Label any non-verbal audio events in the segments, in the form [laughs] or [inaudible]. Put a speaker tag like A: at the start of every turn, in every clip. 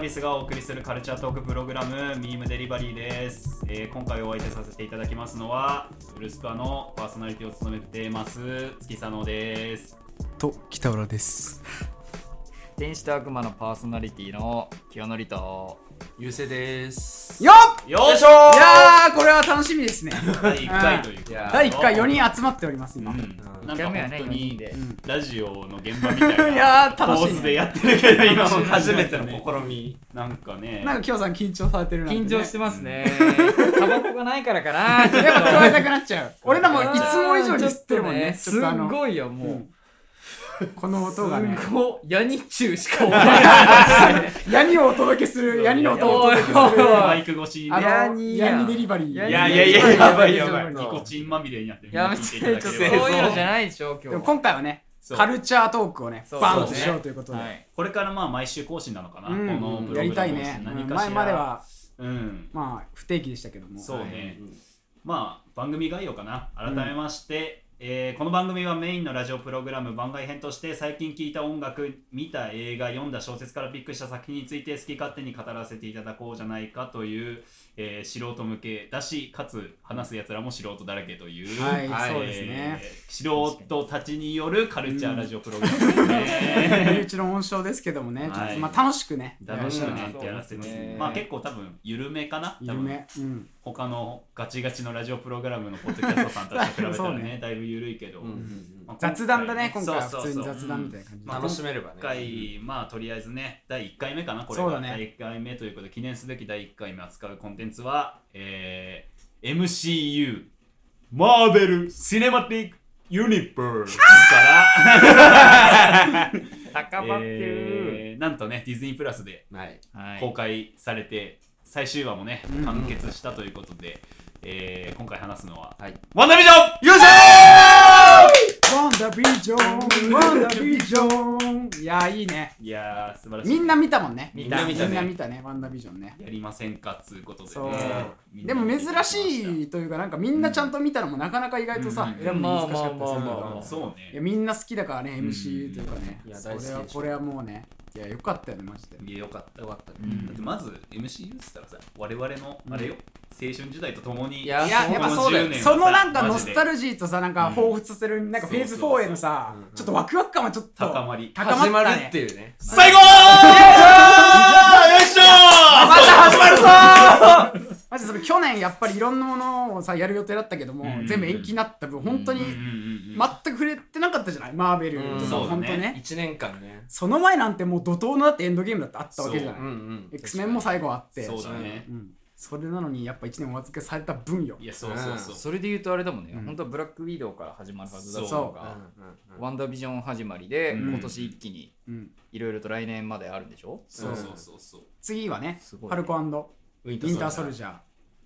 A: ビスがお送りするカルチャートークプログラム「ミームデリバリー」です、えー今回お相手させていただきますのはウルスパのパーソナリティを務めてます月佐野です
B: と北浦です
C: 天使と悪魔のパーソナリティの清則と
D: ゆうせいです。
B: よっ
A: よいしょー
B: いやーこれは楽しみですね
A: 第1回ということ
D: いやー
B: 第1回4人集まっております今、
A: うん、なん
C: 1
A: か
C: 回目は
A: 本
C: ね
A: 当
C: 4人
A: に
C: で
B: うん
A: ラジオの現場みたい
B: い
A: な
B: やー楽
A: ポー
B: しい、
A: ズで
B: ね、
A: やってるけど今も
D: 初めての試み。
A: なんかね
B: なんか京さん緊張されてるなんて、ね、
C: 緊張して
B: ま
C: ますねタバコがないからかなちょっと
B: やっぱ加えたくなっちゃう俺ら [laughs] もい
C: あー
B: つも以上に吸ってるもんね
C: ち
B: ちょっ
C: ょっと
B: と
C: ね
B: あ
C: すっ
B: の
C: ごいよも
B: うんこの
C: う
B: 音がね
C: すごいヤニチューしか思わない
B: 闇をお届けする闇の音をお届けする
A: マイク越しに
B: あ
A: ね
B: の
C: ヤニやん
B: 闇デリバリー
C: ヤ
A: い
C: ニ
A: やいやいややばいやばいニ
B: で
A: コチンまみれになって
C: やめて
A: 聞い
C: ちょ
A: い
C: っと
A: ただ
C: そう
A: ければ
C: いうのじゃないでしょ
B: も
C: 今日は
B: 今回はね
A: そう
B: カルチャートークをね
C: そう
B: バーン
C: そ
B: と
C: うね
B: しようということで
C: はい
A: これからまあ毎週更新なのかな、
B: うん
A: このブログの更新
B: やりたいね
A: 何かしら
B: 前までは
A: うん
B: まあ不定期でしたけども
A: そうね、
D: うん
A: まあ番組概要かな改めまして、えーこの番組はメインのラジオプログラム番外編として最近聴いた音楽見た映画読んだ小説からピックした作品について好き勝手に語らせていただこうじゃないかという、えー素人向けだしかつ話すやつらも素人だらけという、
B: はい
A: えー
B: そうですね
A: 素人たちによるカルチャーラジオプログラムですね。
B: [laughs] 身内の温床ですけどもね、ちょっ
A: はい
B: とまあ楽しくね、
A: [laughs] 楽しくね
C: うん
A: ってやらせてます
C: そうで
A: ね
C: すね。
A: まあ結構多分緩めかな。多
B: 緩
A: 分
B: め、うん、
A: 他のガチガチのラジオプログラムのポッドキャストさんたちと比 [laughs] べた
B: そう
A: らね
B: ね、
A: だいぶ緩いけど
D: う。ん
A: まあ
B: 雑談だね、今回は
A: そう
B: 普
A: そう
B: 通
A: そう
B: に雑談みたいな感じで、
D: 楽しめればね。
A: 今回、まあとりあえずね、第1回目かな、これ
B: そう
A: が。
B: だね
A: 第1回目ということで、記念すべき第1回目扱うコンテンツは、えー MCU、マーベル・シネマティック・ユニバースから、
C: 高まってる
A: えーなんとね、ディズニープラスで
D: はい。
C: は
A: 公
C: い
A: 開されて最終話もね
B: うん
A: 完結したということで、えー今回話すのは
D: はい。
A: 「ワンダービジョン
B: よっしゃーワンダービジョン、ワンダービジョン。いやー、いいね。」
A: いやー素晴らしい
B: みんな見たもんね。
C: みんな見たね
B: みんな見たね、ワンダービジョンね。
A: やりませんかっつうことで
B: そう
A: ねみん
B: で
A: な
B: も
A: 見
B: 珍
A: てきま
B: しいというか、なんかみんなちゃんと見たのもなかなか意外とさ、
A: うん
B: 選ぶの難しかったりするけ
C: まあまあまあま
B: ど
C: あ
A: た。そう
B: いや
A: ね
B: みんな好きだからね、
A: うん
B: MCU というかね。
D: いや
B: そ
D: 大好きでし
B: れ
D: ょ
B: は、これはもうね、いや、よかったよね、マジで。
A: いやよかった
D: よかったね。
C: うん
A: だってまず MCU っつったらさ我々のあれよ、青春時代とともに
C: いや
B: いや、やっぱそうだ
A: この10
B: よ。
A: 年はさ
B: そのなんか
A: マ
B: ノ
A: ジで
B: スタルジーとさ、なんか彷彿させる、なんかフェーズ4へのさ
D: そうそうそううんう、ん
B: ちょっとワクワク感はちょっと
A: 高まり
B: 高まった
D: 始まる
B: ね
D: っ。ていうね。
A: 最後ーよいしょー
B: また始まるぞーマジでそれ去年やっぱりいろんなものをさやる予定だったけども、
A: うん
B: 全部延期になった分本当に
A: うんうんうんうん
B: 全く触れてなかったじゃないマーベルとか、
D: うん
B: 本当
A: そうだ
B: ね
D: 一年間ね。
B: その前なんてもう怒涛のだってエンドゲームだってあったわけじゃ
D: う
B: なんい、
D: うん。
B: X メンも最後あって
A: そうだね、
B: うんそれなのにやっぱ1年お預けされた分よ
A: いやそうそうそう、
C: それで言うとあれだもんね
B: うん
C: 本当はブラックウィドウから始まるはずだった
A: そ
C: の
B: う
C: が
D: うんうんうん
C: ワンダービジョン始まりで
A: うん
C: 今年一気に
B: うん、
C: いろいろと来年まであるんでしょ
A: そうそうそうそう
B: 次はね
C: すごい
B: ファルコン
A: ウ
B: ウィンターソルジャー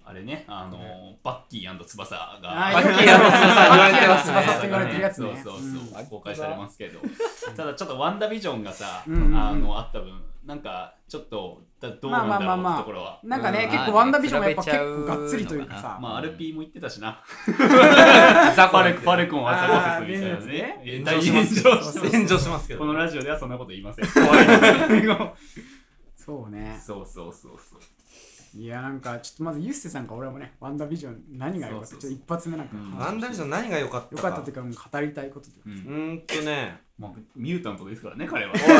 A: あれね、あのーバッキー翼が。
B: あ
C: ー
A: バッキー
C: よく
B: バッキーの
C: 翼
B: 翼って言われてるやつね
A: [laughs] そうそう
B: うん
A: そう、公開されますけど。ただちょっとワンダービジョンがさ、
B: うんうんうん
A: あの、あった分、なんか、ちょっと、だどうなんだ
B: ま
A: ろう
B: あまあまあ
A: って
B: まあ
A: ところは。
B: なんかね、
C: うん
B: 結
C: まあね
B: 構ワンダービジョンはやっぱ結構がっつりというかさ、
A: まあ、RP も言ってたしな。
C: ザ
A: パレコパレコンは
B: あ
A: サ
B: ー
A: ボセスみたいなね。え
D: 炎
A: 大
D: 上します
A: 炎上してます
D: 炎上しますけ
A: こ
D: ど。
A: のラジオではそんなこと言いません。怖いな
B: [laughs] そうね
A: そうそうそうそう。
B: いやなんかちょっとまずユッセさんか俺もねワンダービジョン何が良かった
A: そうそうそう
B: ちょっと一発目なんか
A: うん
D: ワンダービジョン何が良かった
B: 良かったというかもう語りたいことという
A: う
B: か
D: うんーんとね。
A: まあミュータントですからね、
B: [laughs]
A: 彼は。
D: 一心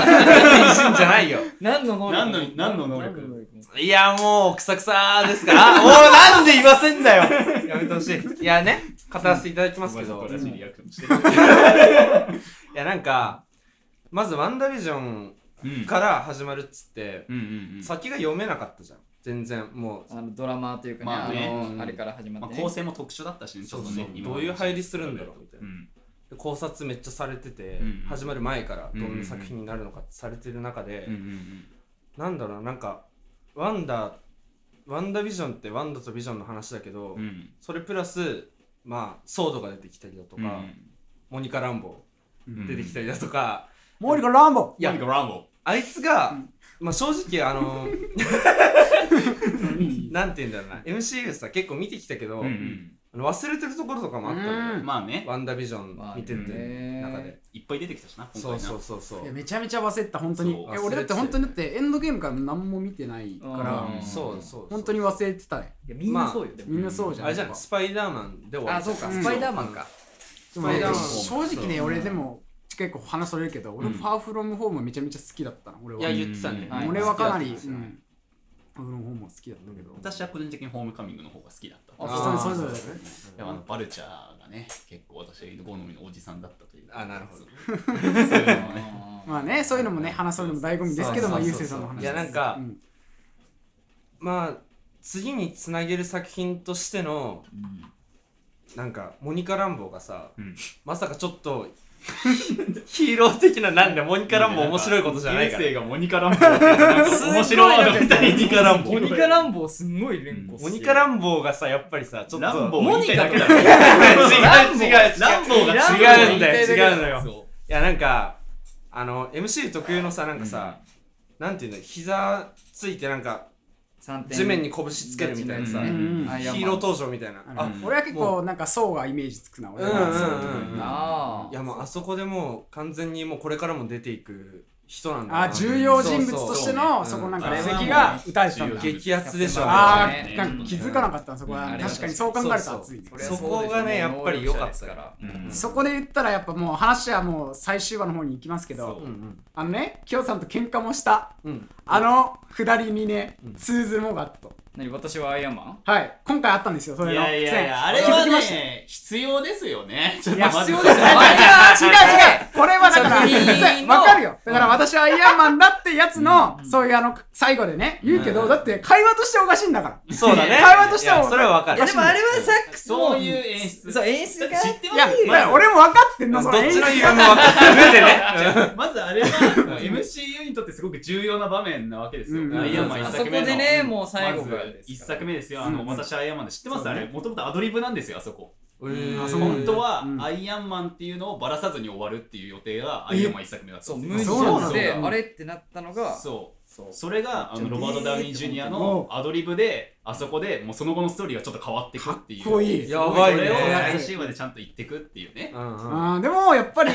D: じゃないよ。
C: 何の能力
A: 何の何の能力
C: 何力
D: [laughs] いや、もう、くさくさですから。あもうなんで言わせんだよ。やめてほしい。いやね、語らせていただきますけ
A: お
D: ど。
A: 前そこらしいリアクションして
D: いやなんかまず「ワンダービジョン
A: る。」
D: から始まるっつって、
A: うんうんうんうん。
D: 先が読めなかったじゃん全然もう、
C: あのドラマというかね,、
A: まあ
C: あ
A: ね
C: の
D: うん
C: あれから始ま
A: ま
C: っ
A: あ、
C: て、ね
A: 構成も特殊だったしね、ちょっとね、
D: どういう入りするんだろうみたいうな、
A: ん。
D: で考察めっちゃされてて、
A: うん
D: 始まる前から
A: うん
D: どんな作品になるのかってされてる中で、
A: うんうん
D: なんだろうなんか「ワンダーワンダービジョン」ってワンダとビジョンの話だけど、
A: うん。うん。
D: それプラスまあソードが出てきたりだとか、モニカ・ランボー出てきたりだとか、
B: モーリコランボ
A: いや、ランボ
D: あいつが、
B: うん
D: まあ正直あの [laughs] なんて言うんだろうな MCU さ結構見てきたけど、
A: うんうん。
D: 忘れてるところとかもあったのよ、
B: うん
A: まあね、
D: ワンダービジョン
C: まあ
D: 見てて、
C: ね
D: 中で
A: いっぱい出てきたしな、今回
D: そ
A: な。
D: うそうそうそう
B: いやめちゃめちゃ忘れてた本当に
A: そう
B: え俺だって
D: 忘れ
B: 本当
D: てたよ
B: にだってエンドゲームから何も見てないか
C: う
B: ら
C: ん
D: そうそう
B: 本当に忘れてたね
C: いやみんなそうよ、で
B: みん
C: も
B: なそうじゃん
D: あれじゃないスパイダーマンで終わ
C: あ
D: り
C: そうか、
B: うん
C: スパイダーマンか
B: でも
D: スパイダーマン
B: 正直ね
D: そう
B: 俺でも結構話それるけど俺
A: うん
B: ファーフロムホームめちゃめちゃ好きだったな俺はい
D: や言ってたね、
C: うん
B: 俺はかなり
D: 好きだっ
B: う
D: たんですよ
B: んファーフロムホームは好きだったけど
A: 私は個人的にホームカミングの方が好きだった。
C: あ
D: あ
A: で
D: ー
B: 人それぞれだよね
A: もあのバルチャーがね、結構私、好みのおじさんだったという。
D: あなるほど
A: そういうのもね。
B: まあねそういうのもね話そういうのも醍醐味ですけども
D: そうそ
B: ゆう
D: うそう
B: せいさんの話
D: いやなんか
B: うん
D: まあ次につなげる作品としてのなんかモニカ・ランボーがさ、
A: うん
D: まさかちょっとヒーロー的ななんでモニカ・ランボー面白いことじゃないから
A: 人生がモニカランボーってなんか面白いワードみたいにモニカランボー。
C: モニカランボーすんごい連呼
D: モニカ・ラ
C: ン
D: ンボーがさやっぱりさちょっと
A: ランボーモ
C: ーモ
A: ニ
C: ニ
A: カ
C: カ
A: だ
C: と
A: け
C: か
A: だ [laughs]
D: 違う違う違う
A: ランボーが
D: 違うんだ
C: ランボーが言い
D: よ
C: たいだけ
D: 違
C: だ
D: うのよ
A: そ
D: いやなんかあの MC 特有のさなんかさ、なんていうの膝ついてなんか地面に拳つけるみたいなさ、
A: うん
B: うん
D: ヒーロー登場みたいな、
B: あ
D: あ
B: の俺は結構なんか層がイメージつくな俺は
D: うんうんうんうん
C: あ
D: いやもうあそこでもう完全にもうこれからも出ていく人なんだな
B: あ重要人物としての
D: そうそう
B: そこなんか
A: うん
B: 霊石が打たれてた
A: 重
B: ん
A: 要人物
B: だ
D: 激アツでしょ
B: あ
C: ね
B: ーなんか気づかなかったなそこ
A: うんあ
B: は
A: れは
B: 確かにそう考えると
D: そう
B: 熱いね
D: そうそこがねやっぱり良かったから
A: ううん
B: そこで言ったらやっぱもう話はもう最終話の方に行きますけど
A: そう
D: うん
B: あのねきょうさんと喧嘩もした
D: うんうん
B: あの下りにね通ずるもがあったと
C: 何私はアイアンマン
B: はい今回あったんですよそれ
A: い
B: の
A: やいやいや、あ
B: 苦
A: れ
B: 戦気づ
A: は
B: きました
A: ね、必要ですよね。ちょっ
B: い
A: と
B: や
A: 待って
B: 必要ですよ違う違う [laughs] これはだから
C: 作品の
B: わかるよだから私はアイアンマンだってやつのそういうあの最後でね言うけ
D: う
B: ど
D: ん
B: だって会話としておかしいんだから
D: そうだ
B: [laughs]
D: ね
B: 会話としてはい
D: やそれはわか
C: い
D: る
C: やでもあれはさっき
A: そういう演出
C: そう演出が
A: だって知って
B: い
A: ま
B: や
A: すよ
B: いや俺も分かってん
D: ど
B: の
D: っ
B: それ
D: ちの理由も分かった上でね
A: まずあれは MCU にとってすごく重要な場面なわけですよ。
B: うん
A: アイアンマン
C: あ
A: 1
C: そ
A: 作
C: こ
A: 目の。
C: でねもう最後
A: ま
C: が
A: ず1作目ですよ。あ
B: う
A: の、
B: ん
A: 私アイアンマンで知ってますあれ。もともとアドリブなんですよ、あそこ。
D: うん
B: あそうなん
A: 本
B: だ
A: 当は
B: うん
A: アイアンマンっていうのをばらさずに終わるっていう予定がアイアンマン1作目だった
C: そうん
A: です
C: 無
A: よ
C: 理
B: そうなんだ
C: で
A: そう
C: あれってなったのが
A: そう。
C: そう
A: それがあのロバート・ダウニー・ジュニアのアドリブであそこでもうその後のストーリーがちょっと変わっていくっていう
B: かっこいい
A: すごそれを最終話でちゃんと言ってくっていうね
D: うんうん
B: あーでもやっぱり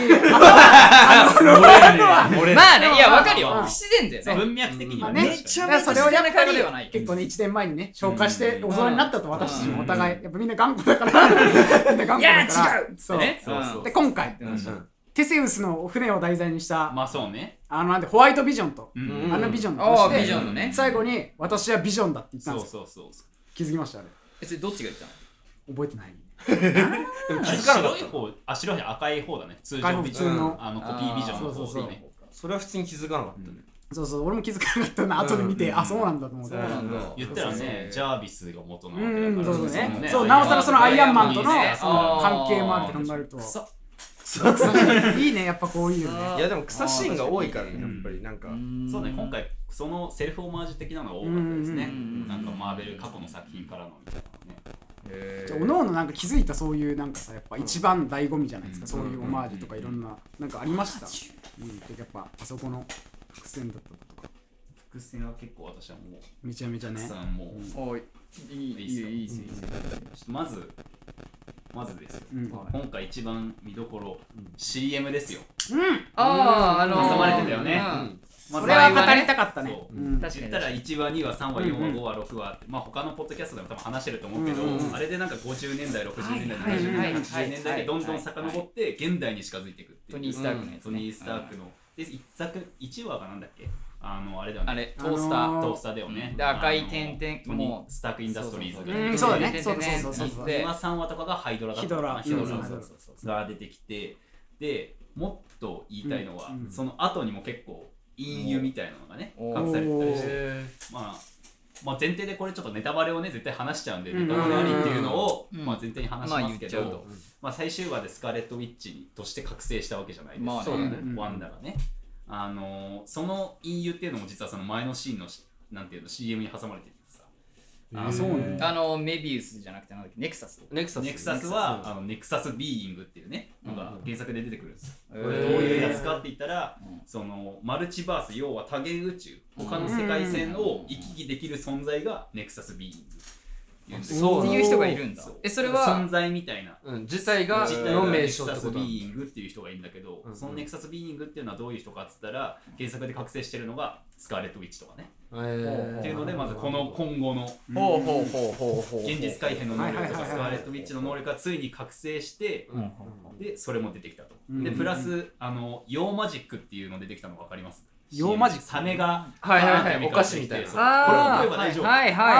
B: あのロバートは
D: 俺
C: まあねいやわかる
B: う
C: よ
B: ん
C: 不自然だよね
A: 文脈的に
B: まあ
A: は
B: ね
A: ね
C: めっちゃ
B: だからそれをやっぱ
C: 下手な彼ではない
B: り結構ね1年前にね紹介して
A: うん
B: お世話になったと
C: うん
B: 私たちもお
A: う
B: 互いやっぱみんな頑固だからみんな頑固だから
C: いや違
B: う
C: そ
B: そうう
C: ね
A: そうそううん
B: で今回
C: う
A: うん
C: ん
B: テセウスの船を題材にした
A: まあそうね
B: あのなんでホワイトビジョンと
A: うん
D: うん
B: あのビジョンの
C: ああ
B: 話
C: ビジ
B: で
C: ョンのね
B: 最後に私はビジョンだって言ったん
A: そう
B: ですよ
A: そうそうそう
B: 気づきましたあれ
C: えそれどっちが言ったの
B: 覚えてない
D: でも気づかな
A: 白
D: かっ
A: い
D: た
A: 方あ白い方赤い方だね通
B: 外
A: 常
B: 国
A: ビジ
B: 普通
A: ョン
B: の
A: あのコピービジョンの
B: そう
A: 方
B: そ
A: で
B: うそう
A: ね
D: それは普通に気づかなかったね
B: そうそう俺も気づかなかったな後で見て
A: うん
B: あそうなんだと思っ
C: そ
B: て
C: うなんだ
A: 言ったら
C: そうそう
A: ね
C: そう
A: ジャービスが元な
B: う
A: わけだから
B: んうんそうそう
A: の
B: ねそうなおさらそのアイアンマンとの
A: アイ
C: ね
A: アンマンにね
C: あー
B: 関係もあるって考えると
C: くそ
B: いいねやっぱこういうのね
D: いやでも草シーンが多いから
A: あー
D: ねやっぱりなんか
A: そうね今回そのセルフオマージュ的なのが多かったですね
B: うんうん
C: うん
A: なんかマーベル過去の作品からのみたいなね
B: じゃあおのおのなんか気づいたそういうなんかさやっぱ一番醍醐味じゃないですか、
D: うん
B: そういうオマージュとかいろんななんかありました、うん、でやっぱあそこの伏線だったとか
A: 伏線は結構私はもう
B: めちゃめちゃ
A: たく
B: ね
A: さんもう
C: おいいいいいよいいよいいよ
A: まずまずですよ
B: うん、うん、
A: 今回一番見どころ CM ですよ
C: あああのー
A: 挟まれてたよね
C: うん
A: ま
B: そ
A: ず
B: れは語りたかったね
A: そう
B: うん
C: 確
A: 言
C: か
A: った
C: に
A: ら
C: 確かに
A: 1話、2話、3話、4
B: うん
A: 話、
B: うん
A: 5話、6話って、まあ、他のポッドキャストでも多分話してると思うけど、
B: うんうんうん
A: あれでなんか50年代、60年代、
C: はい
B: はい
A: 70年代、
C: はい
A: 80年代でどんどん遡って現代に近づいていくっていう。
C: トニー・スタークのやつ
A: ト
C: ね
A: ニー・スタークの。で、一作、1話がなんだっけあの、あれだよ
C: あ
A: ね。
C: れトースター
A: トースターだよね。
C: で赤い点々
A: トニ
C: も
A: ー・スターク・インダストリーズが。
B: うんそうだねそうそうそうそ
A: 2
B: う
C: で
A: 話、3話とかがハイドラだったかな
B: ヒドラ
A: ヒドラ
B: うん
A: そうそうそうが出てきて、で、もっと言いたいのは、
B: うんうん
A: その後にも結構、隠喩みたいなのがね、
C: お
A: 隠されてたりして。
D: へ
A: まあ、まあ、前提でこれちょっとネタバレをね絶対話しちゃうんで
B: うん
A: ネタバレありっていうのを、
C: うん
A: まあ、前提に話しますけど、
C: ま
A: まあ
C: あ言っちゃう
A: 最終話でスカーレット・ウィッチとして覚醒したわけじゃないですか、
C: まあね
A: そうだね
B: うん
A: ワンダがね、あのーその隠喩っていうのも実はその前のシーンのしなんていうの CM に挟まれてるんですさあの
B: そうなんだ
C: あのメビウスじゃなくてなんだっけネクサス
D: ネクサス
A: ネクサスはあのネクサス・ビーイングっていうねのが原作で出てくるんですよ、
C: ど
A: これどういうやつかって言ったら、そのマルチバース要は多元宇宙他の世界線を行き来できる存在がネクサスビーイングって言うんだけど
D: そう
C: って
D: な
C: いう人がいるんだ
A: そう
C: えそれ
A: 存
C: は
A: 在みたいな
D: うん、自体が
A: 自体
D: の
A: が
D: 名
A: ネクサ
D: 称ってこ
A: ス
D: と
A: ビ
D: だ
A: ーイングっていう人がいるんだけど、
D: うん
A: そのネクサスビーイングっていうのはどういう人かっつったら原作で覚醒してるのがスカーレット・ウィッチとかね、
D: えー
A: っていうのでまずこの今後の
C: ほうほうほうほうほう
A: 現実改変の能力とか
B: はいはいはいはい
A: スカーレット・ウィッチの能力がついに覚醒して
D: うんうん
A: でそれも出てきたと、
B: うん
A: でプラスあのヨーマジックっていうの出てきたの分かります
B: ヨーマジック
A: サメが
D: はいはいはい
A: バーンって
D: お菓子みたいな
A: そう
C: あ
A: これ
C: あ
A: を食えば大丈夫、
C: はいはいはいはい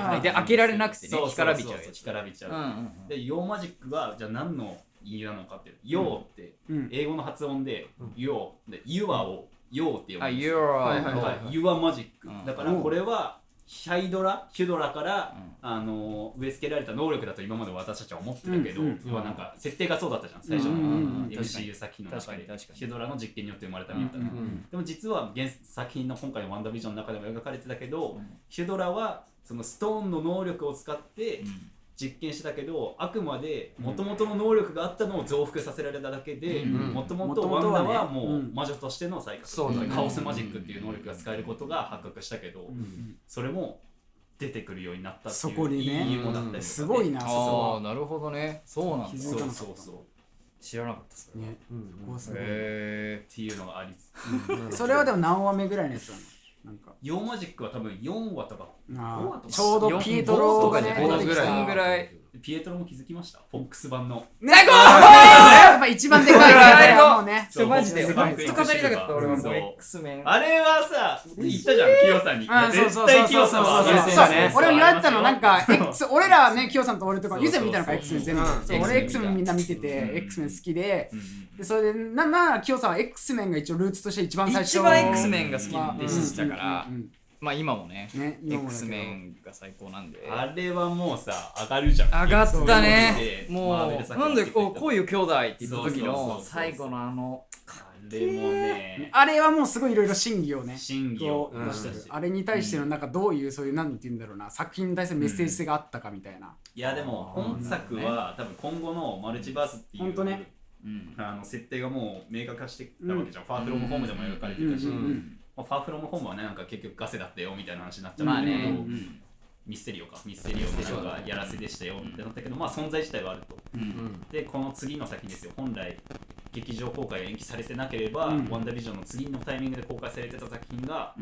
C: は
B: あ
C: い
B: ー
C: で開けられなくてね
A: そう
C: 干からびちゃう
A: そう
C: や
A: そう
C: つ
A: 干からびちゃう、
C: うんうん
A: でヨーマジックはじゃあ何の意味なのかっていうヨーって
B: うん
A: 英語の発音で
D: うん
A: ヨーでユアをヨーって呼
C: うん
A: ぶ
C: あ
A: んです
C: ユー
A: よ
C: ロ
D: はいはい
A: だ
D: は
A: か
D: い
A: らユアマジック
C: うん
A: だからこれはヒャイドラヒュドラから
C: うん
A: あの植え付けられた能力だと今まで私たちは思ってたけど
B: うん
A: 要はなんか設定がそうだったじゃん最初
B: うんうんうん
A: の
B: うん
A: MCU 作品の中で
C: 確かに確かに
A: ヒュドラの実験によって生まれたみたいな
B: うん
D: うん
A: でも実は原作品の今回の「ワンダービジョン」の中でも描かれてたけど、
C: ん
A: ヒュドラはそのストーンの能力を使って
C: うん
A: 実験してたけどあくまでもともとの能力があったのを増幅させられただけで
C: うん
A: もともとワン
B: 元々
A: ダ
B: はね
A: はもううん魔女としての再活
D: そうだね
A: カオスマジックっていう能力が使えることが発覚したけど
B: うん
A: それも出てくるようになったって
B: そ
A: い
B: こ
A: う
B: にね
A: いいもだったりとかね
B: すごいな
C: ああ
B: そ
C: なるほどねそうなん
B: 気
C: だ
B: づ
A: そ
B: いうた
A: そ
B: の
A: う
B: か
A: そう
C: 知らなかったそ
B: こね
D: うん
B: ここはすごい
C: へ
A: っていうのがありつつ
B: それはでも何話目ぐらいのやつなのなんか
A: ヨーマジックは多分4話とか
B: あ
A: ど
B: ー
A: う
B: ちょうどピエトロがね
D: 四
B: 出て
D: 五と
B: き
D: かじゃ
B: た
D: な
C: 4ぐらい
A: ピエトロも気づきましたフォックス版の
B: 最高やっぱ一番でかい
C: 最高
B: もうね
C: ちょマジ
A: そ
C: で
A: う
C: 俺ずっと語りたかった俺も
A: そう
C: X メン
A: あれはさ、言ったじゃん、キヨさんに。いや
B: あそう
A: 絶
B: そうそう
A: 対キ
B: そう
A: ヨ
B: そ
A: さ
B: うん
A: は
B: そ
A: 上
B: う
A: げて
B: そう
A: るね
B: そう俺も言われたのなんか
A: そう
B: X 俺らはねキヨさんと俺とか
A: そう
B: 以
A: そうそう
B: 前見たのか X メン全部
D: うん
B: そう
A: X-Men
B: 俺 X メンみんな見てて
A: うん
B: X メン好きで
A: うん
B: でそれでななキヨさんは X メンが一応ルーツとして一番最初
C: 一番 X メンが好きでしたから
B: うんうん
C: まあ今もね
B: うんね今もだけど
C: X メンが最高なんで
A: あれはもうさ、上がるじゃん。
C: 上がったね
A: そうマーベ
C: も
A: ル
C: う
A: 作品
C: なんで
A: 好
C: お
A: き
C: 恋を兄弟って言っ
A: そ
C: た時
A: うそうそう
C: の
A: そう
C: 最後のあの
A: あれもね、
B: あれはもうすごいいろいろ審議をね
A: 審議を
B: こ
A: 出した
B: う
A: し。
B: あれに対してのなんかどういうそういうなんて言うんだろうな作品に対するメッセージ性があったかみたいない
A: や、でも、今作は多分今後のマルチバースって
B: ほ
A: い
B: んと
A: う
B: ね
C: うん
A: あの設定がもう明確化してきたわけじゃん。ファーフロムホームでも描かれてたし
B: う、
D: ん
B: ん
A: まあファーフロムホームはね、なんか結局ガセだったよみたいな話になっちゃ
C: ま
A: う
C: あ
A: んだけ
C: ね
A: ど、ミステリオか、ミステリオの人がやらせでしたよってなったけど、まあ存在自体はあると。
C: うん
A: でこの次の先ですよ本来劇場公開が延期されてなければ、
B: うん
A: ワンダービジョンの次のタイミングで公開されてた作品が、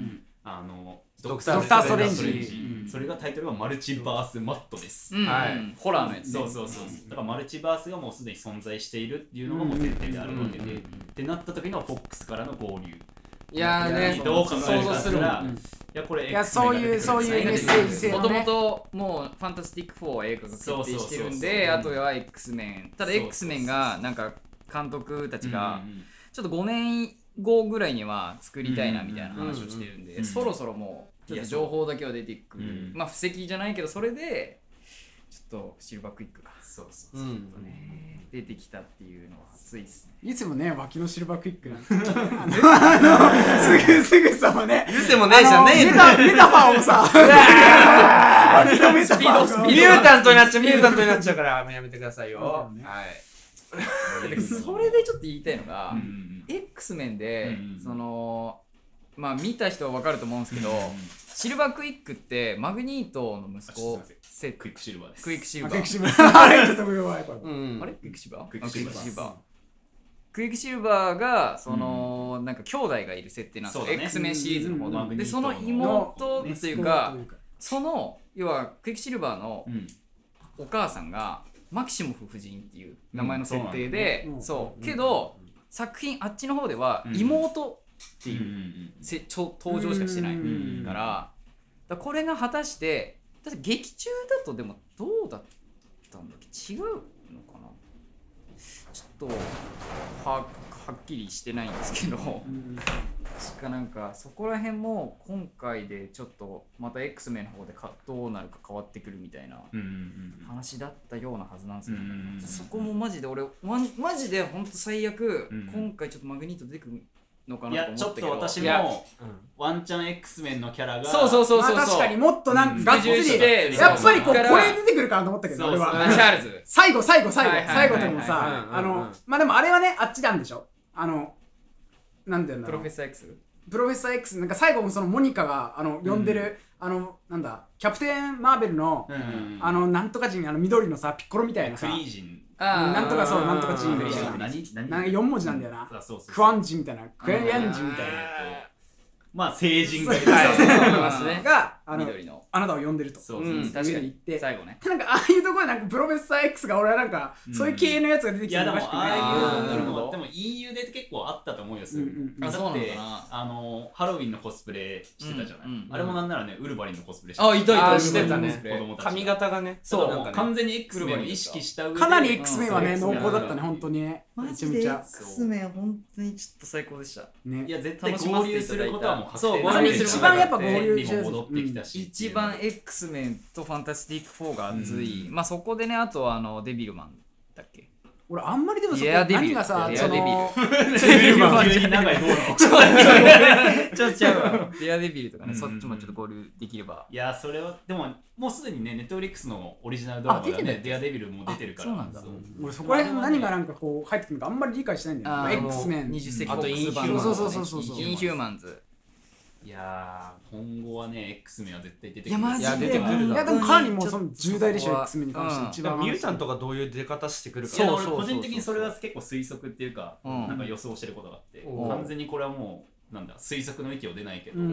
A: あの
D: ドク
B: ドクターストレンジ
A: ドクタースト
B: うん
A: それがタイトルはマルチバースマットです、
C: うん
D: はい
C: うんホラーのやつね
A: そうそうそうだからマルチバースがもうすでに存在しているっていうのがもう前提であるわけで、
D: うんうんうん
A: ってなった時のフォックスからの合流
D: いやーね
A: どう考える
D: 想
A: か
D: 像
A: っ
D: す
A: た
D: るもん
A: ら、いやこれ
B: いやそういう
A: X-Men が出てくる
B: そういうメッセージ性
C: も
B: の
C: と
B: ね
C: もともう「ファンタスティック4」は映画が決定してる
A: そうそ
C: んで
A: うそうそう
C: あとは X メンただ
A: そうそうそう
C: X メンがなんか監督たちが
A: うんうんうん
C: ちょっと5年後ぐらいには作りたいなみたいな話をしてるん
A: うんう
C: で
A: ん
C: そろそろもうちょっと情報だけは出てく
A: いやそう
C: る
A: うん
C: まあ布石じゃないけどそれでちょっとシルバークイックが
A: そうそう
D: う
A: そう、
D: ん
C: ね出てきたっていうのは熱いっすね
B: いつもね脇のシルバークイックなんですよあのすぐすぐさまね
D: 言うてもねえじゃねえ
B: メ
D: ん
B: タ
D: だ
B: メタファーをさ脇のメタファーが
C: スピード
D: ミュータントになっちゃうミュータントになっちゃうからもうやめてくださいよ
B: そ
D: は
B: うだよね
D: い
C: [laughs] それでちょっと言いたいのが
A: うんうん
C: X 面で
A: うん
C: そのまあ見た人は分かると思うんですけど
A: うん
C: シルバークイックってマグニートの息
A: あ
C: 子
A: ちょっとすいま
C: セ
A: クイックシルバーです
C: クイックシル
B: あ
C: バ
B: クイック
C: ー
B: シルバーあれちょっとごめんごめんごめん
D: うん
C: あれクイックシルバー
A: クイックシルバー
C: あクイックシルバークイックシルバーがそのなんか兄弟がいる設定なんですよ
A: そうだね
C: X メンシリーズの方
A: うんうんう
C: の
A: ん
C: でその妹というかその要はクイックシルバーの
A: うん
C: お母さんがマキシモフ夫人っていう名前の設定で
B: うんそうなんだ
C: そう
B: ね
C: けど作品あっちの方では
A: うん
C: 妹って
A: うんう
C: いうんせちょ登場しかしてない
B: うん
C: からだからこれが果たしてだって劇中だとでもどうだったんだっけ違うのかなちょっとははっきりしてないんですけど
B: うん
C: しかなんかそこら辺も今回でちょっとまた X メンの方でかどうなるか変わってくるみたいな
A: うんうんうん
C: 話だったようなはずなんですよ、
A: うんうんうん
C: そこもマジで俺ママジで本当最悪、
A: うん
C: 今回ちょっとマグニート出てくるのか
A: い
C: なと
A: や
C: 思
A: ちょ
C: っ
A: った
C: けど
A: と私
C: いや
A: もワンチャン X メンのキャラが
C: そうそうそう
B: ま
C: そ
B: あ
C: う
B: 確かにもっとなんか
A: う
B: が
A: ん
B: っつり
A: うん
B: やっぱりこうこ
C: から
B: れ出てくるかなと思ったけど
A: そう
B: 俺
A: そう
B: は
C: あチャールズ
B: 最後最後最後
C: はいはい
B: 最
C: はい
B: 後でもさ
D: うん
B: あ
D: うんうん
B: のまあでもあれはねあっちなんでしょあのなんていうんだ
C: プ
B: ろ
C: ロ
B: う
C: フェッサー X
B: プロフェッサー X なんか最後もそのモニカがあの呼んでる、あのなんだキャプテン・マーベルの、
A: うん
B: あのなんとか人あの緑のさピッコロみたいな
A: ク
B: さ
A: リージン
C: あー
B: なんとかそうなんとかチーム
A: クリージン
B: うん
A: 何何
B: なんか四文字なんだよな
A: あそうそうそう
B: クワンジみたいなクエンヤンジみたいな
A: えーとまあ成人がいる
B: そうそうそう
A: はい
C: 思いますね
B: があの
C: 緑の
B: あなたを呼んでると
A: そうそう
D: うん
A: そう
C: 確か
B: 上に行って
C: に最後ね
B: でなんかああいうところでなんかプロフェッサー X が俺はなんか、
A: うん
B: そういう系のやつが出て
A: い
B: きて
A: やで
B: も
A: も
B: おかしくない
A: ああいう
C: うん
A: のでも EU で結構あったと思うよす
B: うんうんうん
A: だ
C: あそうな
A: っ
C: のか
A: て
C: な
A: あのハロウィンのコスプレしてたじゃない
C: うんうんうん
A: あれもなんならねウルヴァリンのコスプレして
C: あいたい
D: あ
C: た
D: ーしてたね
C: ウルヴァリンのコスプレ
A: 子供たちが
D: 髪型がね
A: そう
D: なんかね
A: 完全に X メンを意識した上で
B: かなり X メンはね、
C: うん
B: 濃厚だったね、
A: うん
B: 本当にね。
C: マ
B: めちゃ
C: ジ
B: め
C: で
B: ちゃ。
C: X メン本当にちょっと最高でした
B: ね
A: い、や絶対合流することはもう確定
C: そう
B: 合流することは一番やっぱ合流
A: にも戻ってきたし
C: 一番 X メンとファンタスティック4が熱い、まあそこでねあとはあのデビルマンだっけ
B: 俺、あんまりでもそこ、
C: レアデビル
B: 何がさ、
C: レア
B: そ
C: デビル
B: の、
A: 急に長いどうなの
C: ちょっと違うわレアデビルとかね、
A: うん
C: そっちもちょっと合流できれば
A: いやそれはでももうすでにねネットフリックスのオリジナルドラマ
C: あ出
A: が
C: てんだ
A: ね
C: っけ
A: デアデビルも出てるから
C: あそうなんだ
B: 俺、そこら辺何がなんかこう、入ってくるのか、あんまり理解してないんだよ
C: あ
B: ね。
C: ー
B: X メン
C: 20。世紀
D: あとインヒューマンズ
C: の
B: そうそうそうそうそう
C: インヒューマンズ
A: いやー今後はね X メンは絶対出てくる
C: いやマジで
A: 出てくる
B: い
A: だ
B: や、
A: ろ
B: で
A: う
B: も、かなりもう、
C: ち
B: そ
C: ょっ
B: の
C: と
B: 重大でし
C: そこ
B: ょ、
C: は
B: X メンに関して
C: うん
B: は一
D: で
B: 番。
D: もゆうちゃんとかどういう出方してくるか
A: いや
C: そう
A: 俺個人的にそれは結構推測っていうか
C: うん
A: なんか予想してることがあって
D: うん
A: 完全にこれはもうなんだ推測の域を出ないけど
B: うん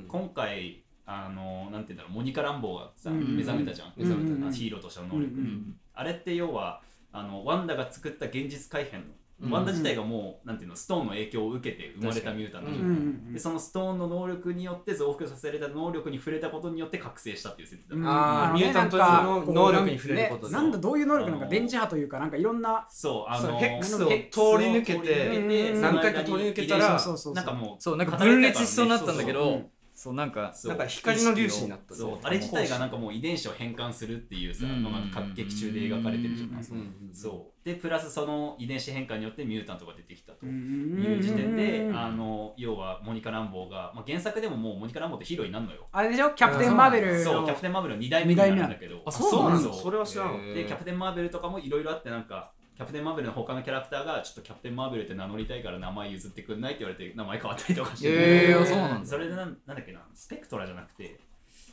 D: ん
A: 今回あのなんて言うんだろうモニカ・ランボーがさ
B: うん
A: 目覚めたじゃん
D: 目覚め
B: うん
A: ヒーローとしての能
B: う
A: 力
B: ん
A: あれって要はあのワンダが作った現実改変の、
D: うん
A: ワンダ自体がもうなんていうのストーンの影響を受けて生まれたミュータント
D: 確
B: う
D: か
B: ん
D: に
B: うんうん
A: でそのストーンの能力によって増幅させられた能力に触れたことによって覚醒したっていう設定だ、
B: うん
D: あー
B: のね
D: ミュータント
B: なんか
D: の
B: こう
D: 能力に触れること
B: ね
D: で
B: なんだ、どういう能力なんか、
A: あのー
B: 電磁波というか、なんかいろんな。
A: そうあの
D: そうヘックスを
A: ヘ
D: 通り抜けて
A: 通り抜けて
B: うん
D: 何回か通り抜けた
B: そう
D: ら
B: そうそう。
A: なんかもう
C: そうなんか分裂しそうになったんだけ
B: そうそう
C: どそうなんか
A: そ
D: な
A: うん
D: か光の粒子になった
A: そうあれ自体がなんかもう遺伝子を変換するっていうさ
C: うん
A: のが劇中で描かれてるじゃないですか
D: うんうんうん
A: そうでプラスその遺伝子変換によってミュータントが出てきたと
B: うん
A: いう時点で、
B: うん
A: あの要はモニカ・ランボーが、まあ、原作でももうモニカ・ランボーってヒーローになるのよ
B: あれでしょ、キャプテン・マーベル
A: そう
B: の
A: キャプテン・マーベルの2代目になるんだけど
C: あそうなんだ
A: よ
D: それは知らんわ
A: でキャプテン・マーベルとかもいろいろあってなんかキャプテン・マーベルの他のキャラクターがちょっとキャプテン・マーベルって名乗りたいから名前譲ってくんないって言われて名前変わったりとかして、
C: へーそうなんだ
A: それでなんなんだっけなスペクトラじゃなくて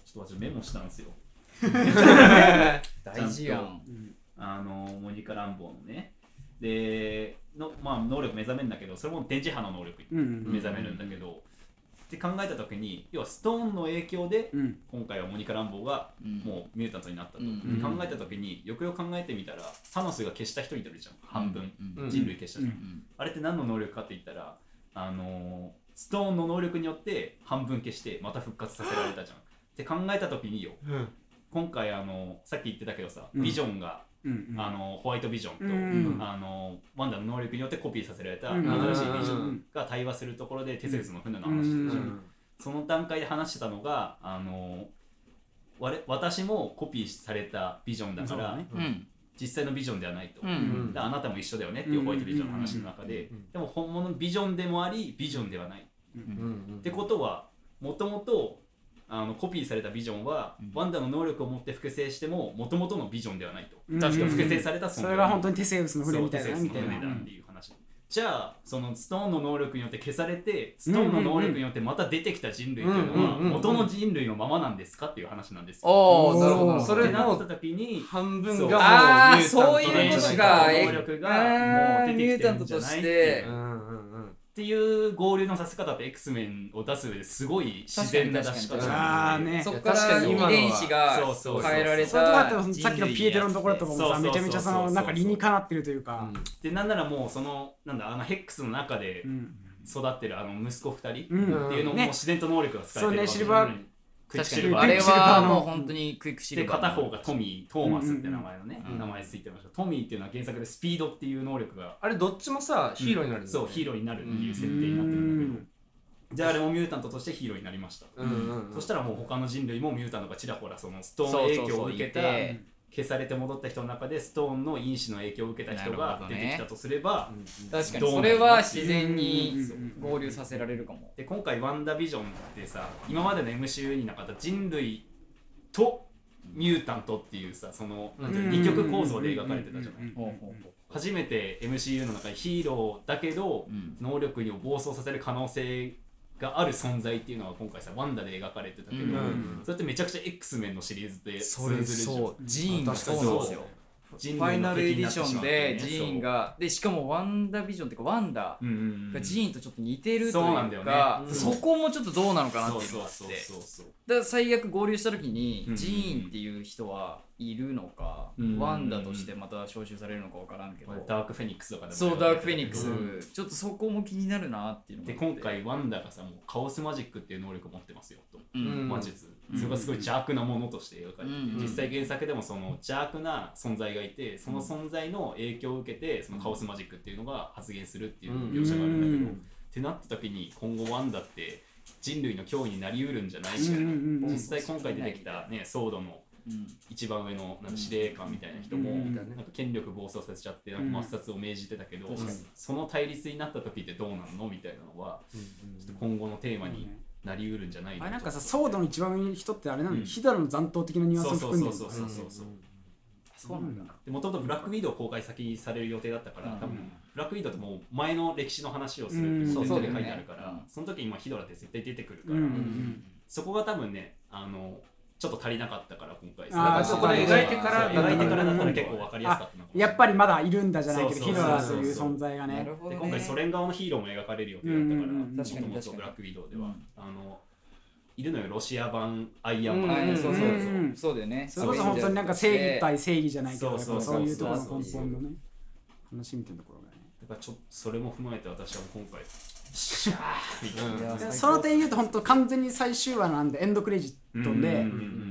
A: ちょっと私メモしたんですよ
C: 大事や
A: ちゃん
C: ん
A: あのモニカ・ランボーのねでの、まあ、能力目覚めるんだけどそれも電磁波の能力
B: うんうん
A: 目覚めるんだけど、って考えた時に要はストーンの影響で
B: うん
A: 今回はモニカ・ランボーがもうミュータントになったと、
C: うん
A: で考えた時によくよく考えてみたらサノスが消した人いてるじゃん半分、
D: うん
A: 人類消したじゃん、
B: うん
A: あれって何の能力かって言ったらあのーストーンの能力によって半分消してまた復活させられ
B: [gasps]
A: たじゃんって考えた時によ
D: うん
A: 今回あのーさっき言ってたけどさ、
B: うん
A: ビジョンが、
B: うんうん
A: あのーホワイトビジョンと、
B: うん
A: あのーワンダの能力によってコピーさせられた
B: うん
A: 新しいビジョ
D: う
A: ン
D: ん
A: が対話するところでテセウスの船の話だったじゃん
D: う
B: うん
A: その段階で話してたのが、あのわれ私もコピーされたビジョンだから、
B: そうだね
C: うん
A: 実際のビジョンではないと、
C: う
A: だか
C: ん
A: らあなたも一緒だよねっていうホワイトビジョンの話の中で、
D: うんうんうん
A: でも本物のビジョンでもありビジョンではない、
D: うん
A: ってことはもともとあのコピーされたビジョンは、
C: うん
A: ワンダの能力を持って複製してももともとのビジョンではないと、
B: うん
A: 確か複製された
B: それが本当にテセウスの
A: そ
B: 船
A: う
B: みたい
A: テ
B: な
A: セウス
B: なみ
A: の
B: たい
A: 船
B: な
A: だっていう話、じゃあそのストーンの能力によって消されてストーンの能力によってまた出てきた人類というのは
D: うんうんうんうん
A: 元の人類のままなんですかっていう話なんですよ。
C: おおなるほど
D: そ
A: そ
D: れ
A: れ
D: も
A: なった時に
D: 半分
A: そう
D: が
C: あー
D: もうミュータント
C: そういうこと
A: そ
C: か
A: の能力がもう出てきてるんじゃないっていう
C: えーミュータントとして
D: うんうんうん
A: っていう合流のさせ方って X メンを出す上ですごい自然な出し方
C: 確
B: あ
A: な
B: あ
A: んで
B: ね
C: そ
B: そ
C: こから遺伝子が
A: そうそうそう
C: 変えられ
B: れとか
C: た
B: ってそのさっきのピエテロのところとかも
A: そうそう
B: さ
A: そう
B: めちゃめちゃそ
A: そうそう
B: の
A: そう
B: なんか理にかなってるというか
A: でなんならもうそのなんだあのヘックスの中で
B: うん
A: 育ってるあの息子2人
B: うん
D: うん
A: っていうのも
B: ね
A: 自然と能力が使えてるわけ
B: そうねシルバー
A: うんクイック
C: 確か
A: シル
C: に
A: バー
C: あ
A: で
C: れはもう本当にクイックシ
A: で
C: ルバー
A: 片方がトミー、トーマスって名前のね、
D: うんうん
A: 名前ついてました。トミーっていうのは原作でスピードっていう能力が、
D: あれどっちもさヒーローになるんだ
A: そ
D: よ
A: う、ヒー
D: ね
A: ローになるっていう設定になってるんだけど、じゃああれもミュータントとしてヒーローになりました。
D: うんうんうん
A: そしたらもう他の人類もミュータントがちらほらそのストーン
C: そ
A: の
C: う
A: 影
C: そう
A: 響を
C: そう
A: 受けた
C: いて
A: 消されて戻った人の中でストーンの因子の影響を受けた人
C: な
A: が
C: るほど
A: 出
C: ね
A: てきたとすれば、
D: うんうん
C: 確か
A: ど
C: に
A: うな
C: そ
A: る
C: れは自然
B: うん
C: に
B: うんうん
C: 合流させられるかも
A: で今回ワンダービジョンってさ今までの MCU になかった人類とミュータントっていうさそのなんていうの二極構造で描かれてたじゃない。
C: ほうほうほう
A: 初めて MCU の中でヒーローだけど
C: うん
A: 能力を暴走させる可能性がある存在っていうのは今回さワンダで描かれてたけど、
C: うん
A: それってめちゃくちゃ X メンのシリーズで
C: そ
A: 通
C: れ
A: ずるじゃん
C: そうジーンがそうなんですよ
A: ジーン
C: フ
A: の
C: ァイナルエ
A: 敵に
C: ディ
A: なっ
C: シ
A: てし
C: ョ
A: まっ
C: ン
A: たよ
C: で
A: ね
C: ジーンがでしかもワンダビジョンっていうかワンダ
A: そううんうんうん
C: がジーンとちょっと似てると
A: そうなんだ
C: いう
A: よ
C: か
A: ね
C: そこもちょっとどうなのかな
A: そう
C: っていう
A: そう
C: のがあっ
A: そう
C: て
A: そうそう
C: だから最悪合流した時に
A: うん
C: ジーンっていう人はいるのか
A: うん
C: ワンダとしてまた招集されるのかわからんけど
A: ダークフェニックスとかでも
C: そうダークフェニック
A: う
D: うん
C: スちょっとそこも気になるなっていうのが
A: で
C: あって
A: 今回ワンダがさもうカオスマジックっていう能力を持ってますよと、
C: うん
D: うん
A: 魔術
C: うん
A: それがすごい邪悪なものとして描かれてて、
C: うん
A: 実際原作でもその邪悪な存在がいてその存在の影響を受けてそのカオスマジックっていうのが発現するっていう描写があるんだけど、
B: うん
A: ってなった時に今後ワンダって人類の脅威になりうるんじゃない
B: うん
A: か
B: う
A: な、
B: んうん
A: 実際今回出てきた、ね、ソードの
C: うん
A: 一番上のなんか司令官みたいな人も、
B: うん
A: なんか権力暴走させちゃってなんか抹殺を命じてたけど、
C: うん確かに
A: その対立になった時ってどうなのみたいなのはちょっと今後のテーマになりうるんじゃない
B: あ
A: の
B: れなんか
A: と
B: さソードの一番上の人ってあれなの
A: うん
B: にヒダルの残党的なニュアンス
A: そ
B: を
A: うそ
B: 含
A: うん
B: で
A: そ
B: る
A: うん
B: だ
A: そうそうそうそう
C: そうなんだ
A: でもともとブラックウィドウ公開先にされる予定だったから、
C: うん
A: 多分ブラックウィドウってもう前の歴史の話をするっ
B: うん
A: て
B: そう
A: そ
B: そうう
A: で
B: だ
A: 書い
B: よ
C: ね
A: てあるから、
C: うん
A: その時今ヒドラって絶対出てくるから、
B: うんうん
A: そこが多分ねあのちょっと足りなかったから今回
B: あー
A: そ
D: そ
A: こ
D: こ
A: で
D: で
A: 描
D: 描
A: い
D: い
A: て
D: て
A: か
D: からら
A: 描いてからだったら結構分かりやすかったのかも
B: やっぱりまだいるんだじゃないけど
A: そうそうそ
B: ヒ
A: う
B: ダラはそういう存在が
C: な
B: ね
C: るほど
A: で
C: ね
A: 今回ソ連側のヒーローも描かれる予定だったから、
B: うんうんうん
A: もと
C: 確かに
A: も
C: 確
A: と
C: かに
A: ブラックウィドウでは、
C: うん
A: あのいるのよロシア版アイアンマン、
C: はいそうそうそう
B: うんうん
C: そうだよね
B: それこそ本当になんか正義対正義じゃないけどやっ
A: そう
B: ぱ
A: そう
B: そういう
A: そ
B: と
A: う
B: ころ
A: そう
B: の根本のね話みたいなところがね
A: だからちょっとそれも踏まえて私はもう今回シャーみたいな、
C: いや
B: でその点言うと本当完全に最終話なんでエンドクレジットで
A: うんうんうんう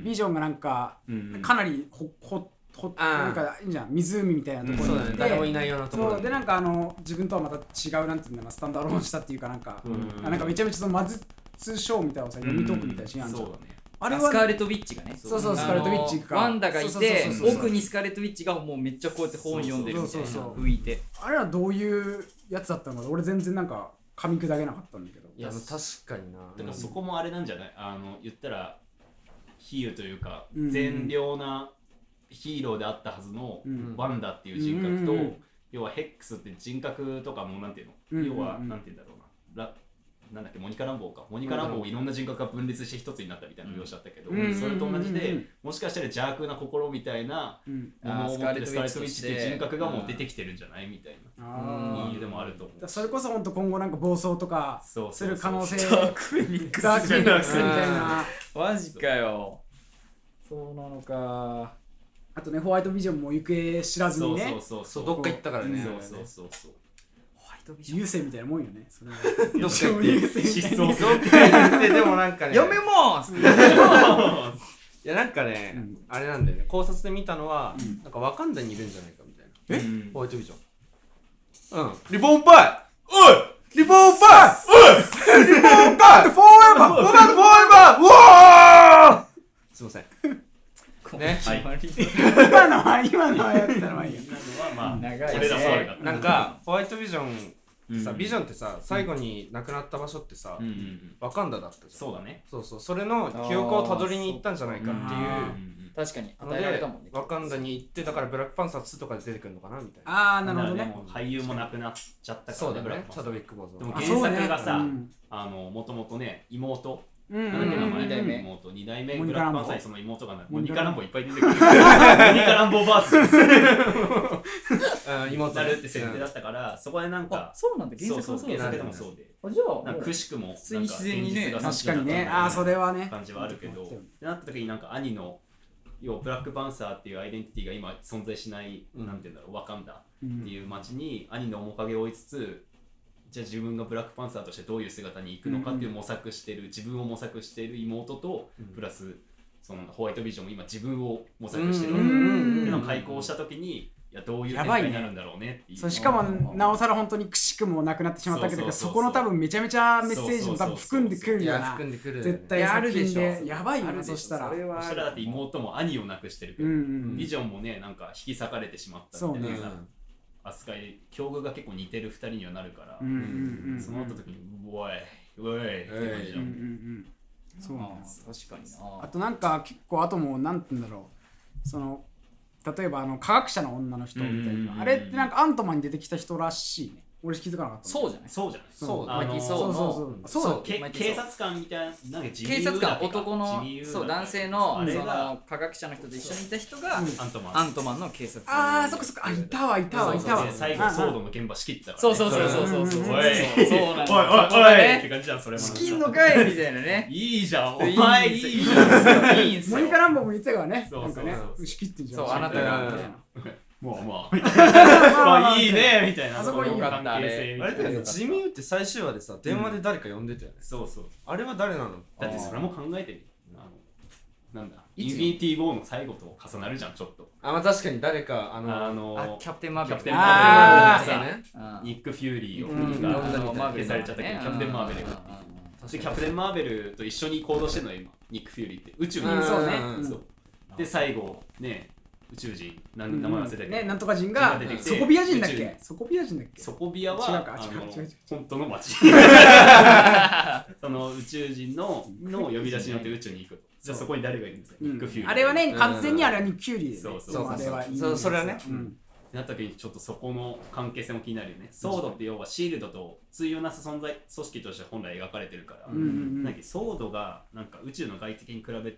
A: ん
B: ビジョンがなんか
A: うんうん
B: かなりほほほ
D: あ
B: な
D: ー
B: んかいいじゃん湖みたいなとこ
D: そ
B: ろ
D: う
B: に
D: だ
B: 行って
D: ね誰もいないようなとこ
B: そ
D: ろ
B: うでなんかあの自分とはまた違うなんていうんだろうなスタンドアローンしたっていうかなんか、
A: うん
B: あなんかめちゃめちゃその魔術ショーみたいなのをさ読み解くみたいなシーンあるじゃん、
A: そうだね
B: あれ
C: あスカー
B: は
C: レット・ウィッチがね
B: そうそう
A: あの
B: スカーレット・ウィッチか
C: ワンダが
B: そ
C: い
B: うそう
C: て
B: そうそう
C: 奥にスカーレット・ウィッチがもうめっちゃこうやって本読んでるみたい
B: そう
C: な
B: そうそう
C: 浮いて
B: あれはどういうやつだったのか俺全然なんか噛み砕けなかったんだけど
D: いや確かにな
A: だからそこもあれなんじゃないあの言ったら比喩というか
B: うん
A: 善良なヒーローであったはずの
B: うん
A: ワンダっていう人格と、
B: うんうん
A: 要はヘックスって人格とかもなんていうの、
B: うんうんうん
A: 要はなんて言うんだろうなラなんだっけモニカ・ランボーかモニカ・ランボーもいろんな人格が分裂して一つになったみたいな描写だったけど、
B: うんうんうんうん
A: それと同じでもしかしたら邪悪な心みたいな
B: うん
A: ものを持ってる
C: あー
A: ス
C: ス
A: カーレッ
C: カーレッ
A: ト・
C: ト
A: ウ
C: ウ
A: ィッ
C: ィッ
A: チ
C: チ
A: っ
C: と
A: て
C: して
A: 人格がもう出てきてるんじゃないみたいな
B: あ
A: 理
B: ー
A: 由でもあると思う
B: だそれこそ本当今後なんか暴走とか
A: そうそうそう
B: する可能性
C: ダークフェニックス
B: ダークフェニックス
D: じ
B: み
D: ゃなく
B: た
D: て
B: いな
C: マジかよそうなのか
B: あとねホワイトビジョンも行方知らず
A: そ
B: に
A: うそ
B: ね
A: うそう
D: そ
A: そうう
D: どっか行ったからね
A: そうそうそうそう
C: ホワイトビジョン
B: 優勢みたいなもんよねそれは
D: どっか
B: そう
D: 行っ
B: いう世
A: 失踪する
D: て言ってでもなんかね
C: 読めます
D: いやなんかね、
B: うん
D: あれなんだよね考察で見たのは、なんかワカンダにいるんじゃないかみたいな
A: え
D: ホワイトビジョンうんリボンパイおいリボンパイおいリボンパイフォーエバーワカンダフォーエバーうわーすいませんね
C: [laughs] はい
B: 今のは今のはやったらまあいいよ
A: 今のはまあ
C: 長い
A: これだそうだから
D: なんかホワイトビジョンさ、ビジ
A: ョン
D: ョンってさ最後に亡くなった場所ってさ、
A: うんうんうん
D: ワカンダだったじゃん
A: そうだね
D: そうそうそれの記憶をたどりに行ったんじゃないかっていう
B: あ
C: 確かに
D: の
C: 与えられ
D: で
C: たもんね
D: ワカンダに行ってだからブラックパンサー2とかで出てくるのかなみたいな
B: ああ
A: な
B: なるほどね
A: もう俳優もなくなっちゃったから
D: そうだ
A: ブラッ
D: ね
A: ク
D: チャ
A: パン
D: ド
A: サ
D: ウィ
A: ー
D: ック・ボーズ
A: でも
B: あ
A: 原
B: そうね
A: 作がさ
B: うん
A: あのもともとね妹
B: うん
A: なんだっけ名前
C: 二代目
A: 妹二代目
B: モ
A: ブ
B: ニカ
A: ラッ
B: ラ
A: ク
B: ン
A: パン
B: ボ
A: サーにその妹がなモ
B: モ
A: ニ
B: ニ
A: カ
B: カ
A: ラ
B: ラ
A: ン
B: ン
A: ボいっぱい出てくるモニカランボバース
D: うん妹
A: なるって設定だったからそこでなん
C: あ
A: か
C: そうなんだ
A: そ
C: 原
A: う
C: 作
A: そう
C: もそう
A: 原作
C: だね
A: でもそうで
C: あじゃあ
A: なん
C: も
A: か
C: う
A: くしくも
C: 通に自然にね
A: なん
B: 確
A: 現実
B: か
A: が
B: にねああーそれはね
A: 感じはあるけど、
B: うん
A: ってなった時になんか兄の要はブラックパンサーっていうアイデンティティが今存在しない、
D: うん
A: なんていうんだろうワカンダ
B: う
A: って
B: ん
A: いう街に兄の面影を追いつつじゃあ自分がブラックパンサーとしてどういう姿に行くのかっていう
B: うん
A: 模索してる自分を模索してる妹と
D: うん
A: プラスそのホワイトビジョンも今自分を模索してる
B: うん
A: って
B: うん
A: いうのを
B: ん
A: 開口した時にいやどういう
B: や
A: 展
B: ばい
A: 開
B: ね
A: になるんだろうねっていう
B: そうしかもなおさら本当にくしくもなくなってしまったけ
A: そうそう
B: ど
A: そうそう
B: そこの多分めちゃめちゃメッセージも多分含んでくる
D: い
B: よ
D: や
B: な
D: 含んでくるよね
B: 絶対
C: やる
B: 作
C: でし
B: 品
C: ょ
B: でやばいよ
C: ある
B: な
C: でしょ
B: そしたら
C: それ
A: そ
C: は
A: したらだって妹も兄を亡くしてるけ
B: うん
A: ど、
B: うん
A: ビジョンもねなんか引き裂かれてしまったみたいなさ扱い境遇が結構似てる2人にはなるから、
B: うんうんうん
A: そのった時に「おいおい」って感じじゃ
B: う
A: ん。
B: んうんうんそうなんです
C: あ確かに
B: あ
C: な
B: となんか結構あともうなんて言うんだろうその例えばあの科学者の女の人みたい
A: うんうんうんうん
B: なあれってなんかアントマンに出てきた人らしいね俺気づかなかった
C: そうじゃない
A: そうじゃない
D: そう
A: あの
C: 巻き
A: そ
C: そうう
B: そう
C: の
B: そうそう
C: そう
A: け
C: 巻き
A: 警
C: そう
A: 察官みたいななんか自由
C: 警察官
A: だっけか
C: 男の
A: 自由だっけ
C: そう男性の
A: あれ
C: そ
A: が
C: の科学者の人と一緒にいた人が、
B: うん
A: アントマン
C: アントマンの警察
B: ああそっかそっかあいたわいたわい
A: そう
B: た
A: そう
B: わ
A: で最後騒動の現場仕切ってたからね
C: そうそうそうそうそうそうそう
A: おいおいおい
C: そうなん
A: おいって
C: だ
A: 感じじゃんそれも
C: チキンの会みたいなね
A: いいじゃんお前いいじゃん
C: ゃんいいんす
B: モ
C: よ
B: ニカランボも言ってたからね
A: そう
B: なんかね
A: そうそう
B: 仕切ってんじゃん
C: そうあなたが
B: みたいな
A: もうもうみたいなまあいいねみたいな
B: あそこいいよ
A: の関係性みた
D: あれ
A: い
D: だ
A: な
D: よね、ジミーって最終話でさ、電話で誰か呼んでたよね。
A: そうそう
D: あれは誰なの
A: だってそれも考えてみあのなんだイ
C: い
A: ン
C: つ
A: フィニティ・ウォーの最後と重なるじゃんちょっと
D: あ、まあ確かに誰か、あの、
A: あの
C: あキャプテンマー
A: キ
C: ベル
A: ャプテン
B: マーベル
C: あー
D: ね
C: うん
A: ニック・フューリーを
D: うん
A: が
D: うん
A: 消されちゃったけどキャプテンマーベルがそしてキャプテン・マーベルと一緒に行動してるのよ今ニック・フューリーって宇宙にいる
D: うんそうね
A: そうで最後ね宇宙人何名前忘れたけど、
B: ねなんとか人が
A: 出てきて
B: ソコビア人だっ
A: 宇宙に
B: けソコビア人だっけ
A: ソコビアは
B: 違うか
A: あの
B: 違う違う違う
A: 本当の
B: [laughs]
A: 町その宇宙人のの呼び出しによって宇宙に行くじゃあそこに誰がいるんですか、
B: うん
A: ニック・フューリー
B: あれはね
D: うん
B: 完全にあれはニッキューリーでね
A: そうそう
D: そう
B: あれは
D: そうそれはね
B: うん
A: なった時にちょっとそこの関係性も気になるよねソードって要はシールドと通用なさ存在組織として本来描かれてるから、
B: うんうんう
A: なんんかソードがなんか宇宙の外敵に比べ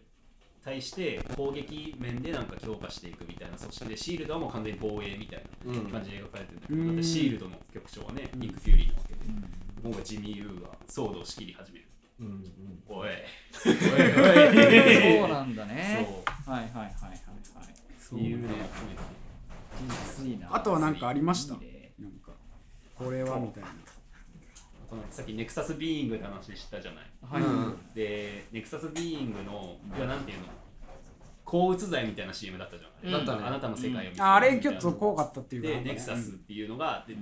A: 対して攻撃面でなんか強化していくみたいな組織でシールドはもう完全に防衛みたいな感じで描かれてるんだけど、
B: うん
A: だってシールドの局長はね、
B: うん
A: ニック・フューリーなわけで、今回ジミー・ユーがソードを仕切り始める
D: うんうん
A: おいおい
C: [laughs] そう
A: おい
C: なんだね
A: そう
C: はいはいはいはいはい
A: そういうのも含めて
C: いいな
B: あとはなんかありました
C: いいね
B: なんかこれはみたいな
A: あとなんかさっきネクサス・ビーイングの話したじゃない
C: はい
D: うん
A: で、ネクサスビーイングの、いや、なんていうの、抗うつ剤みたいな CM だったじゃん。
C: だ
D: ったね
A: あなたの世界を見つけるみたいな
B: ああれちょっと怖かったっていうか
A: で、
B: なんかね
A: ネクサスっていうのが、で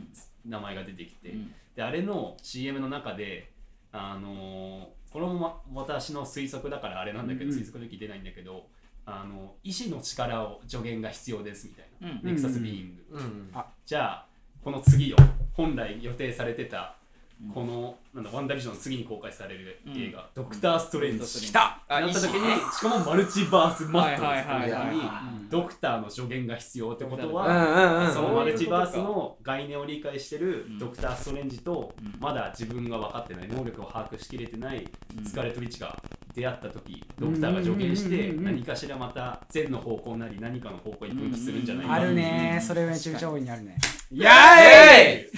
A: 名前が出てきて、
C: うん
A: で、あれの CM の中で、あのーこれもま私の推測だからあれなんだけど、
B: うんうん
A: 推測の時出ないんだけど、あの医師の力を助言が必要ですみたいな、
C: うん
A: ネクサスビーイング、
D: うんうん
B: あ
A: じゃあこの次よ本来予定されてたこの、なんだワンダービジョンの次に公開される映画、ドクター・ストレンジ
C: 来
A: 来
C: た
A: なった時にしかもマルチバースマットの作り方にドクターの助言が必要ってこと
D: うんう
A: は、
D: んうんうん
A: そのマルチバースの概念を理解してる
C: うん
A: ドクター・ストレンジと、
C: うん
A: まだ自分が分かってない能力を把握しきれてない
C: うん
A: スカーレット・ウィッチが出会った時ドクターが助言して
B: うんうんうんうん
A: 何かしらまた善の方向なり何かの方向に分岐するんじゃないか
B: あ
A: っていう
B: るねそれめちゃくちゃ多いにあるね
D: やい
A: [laughs]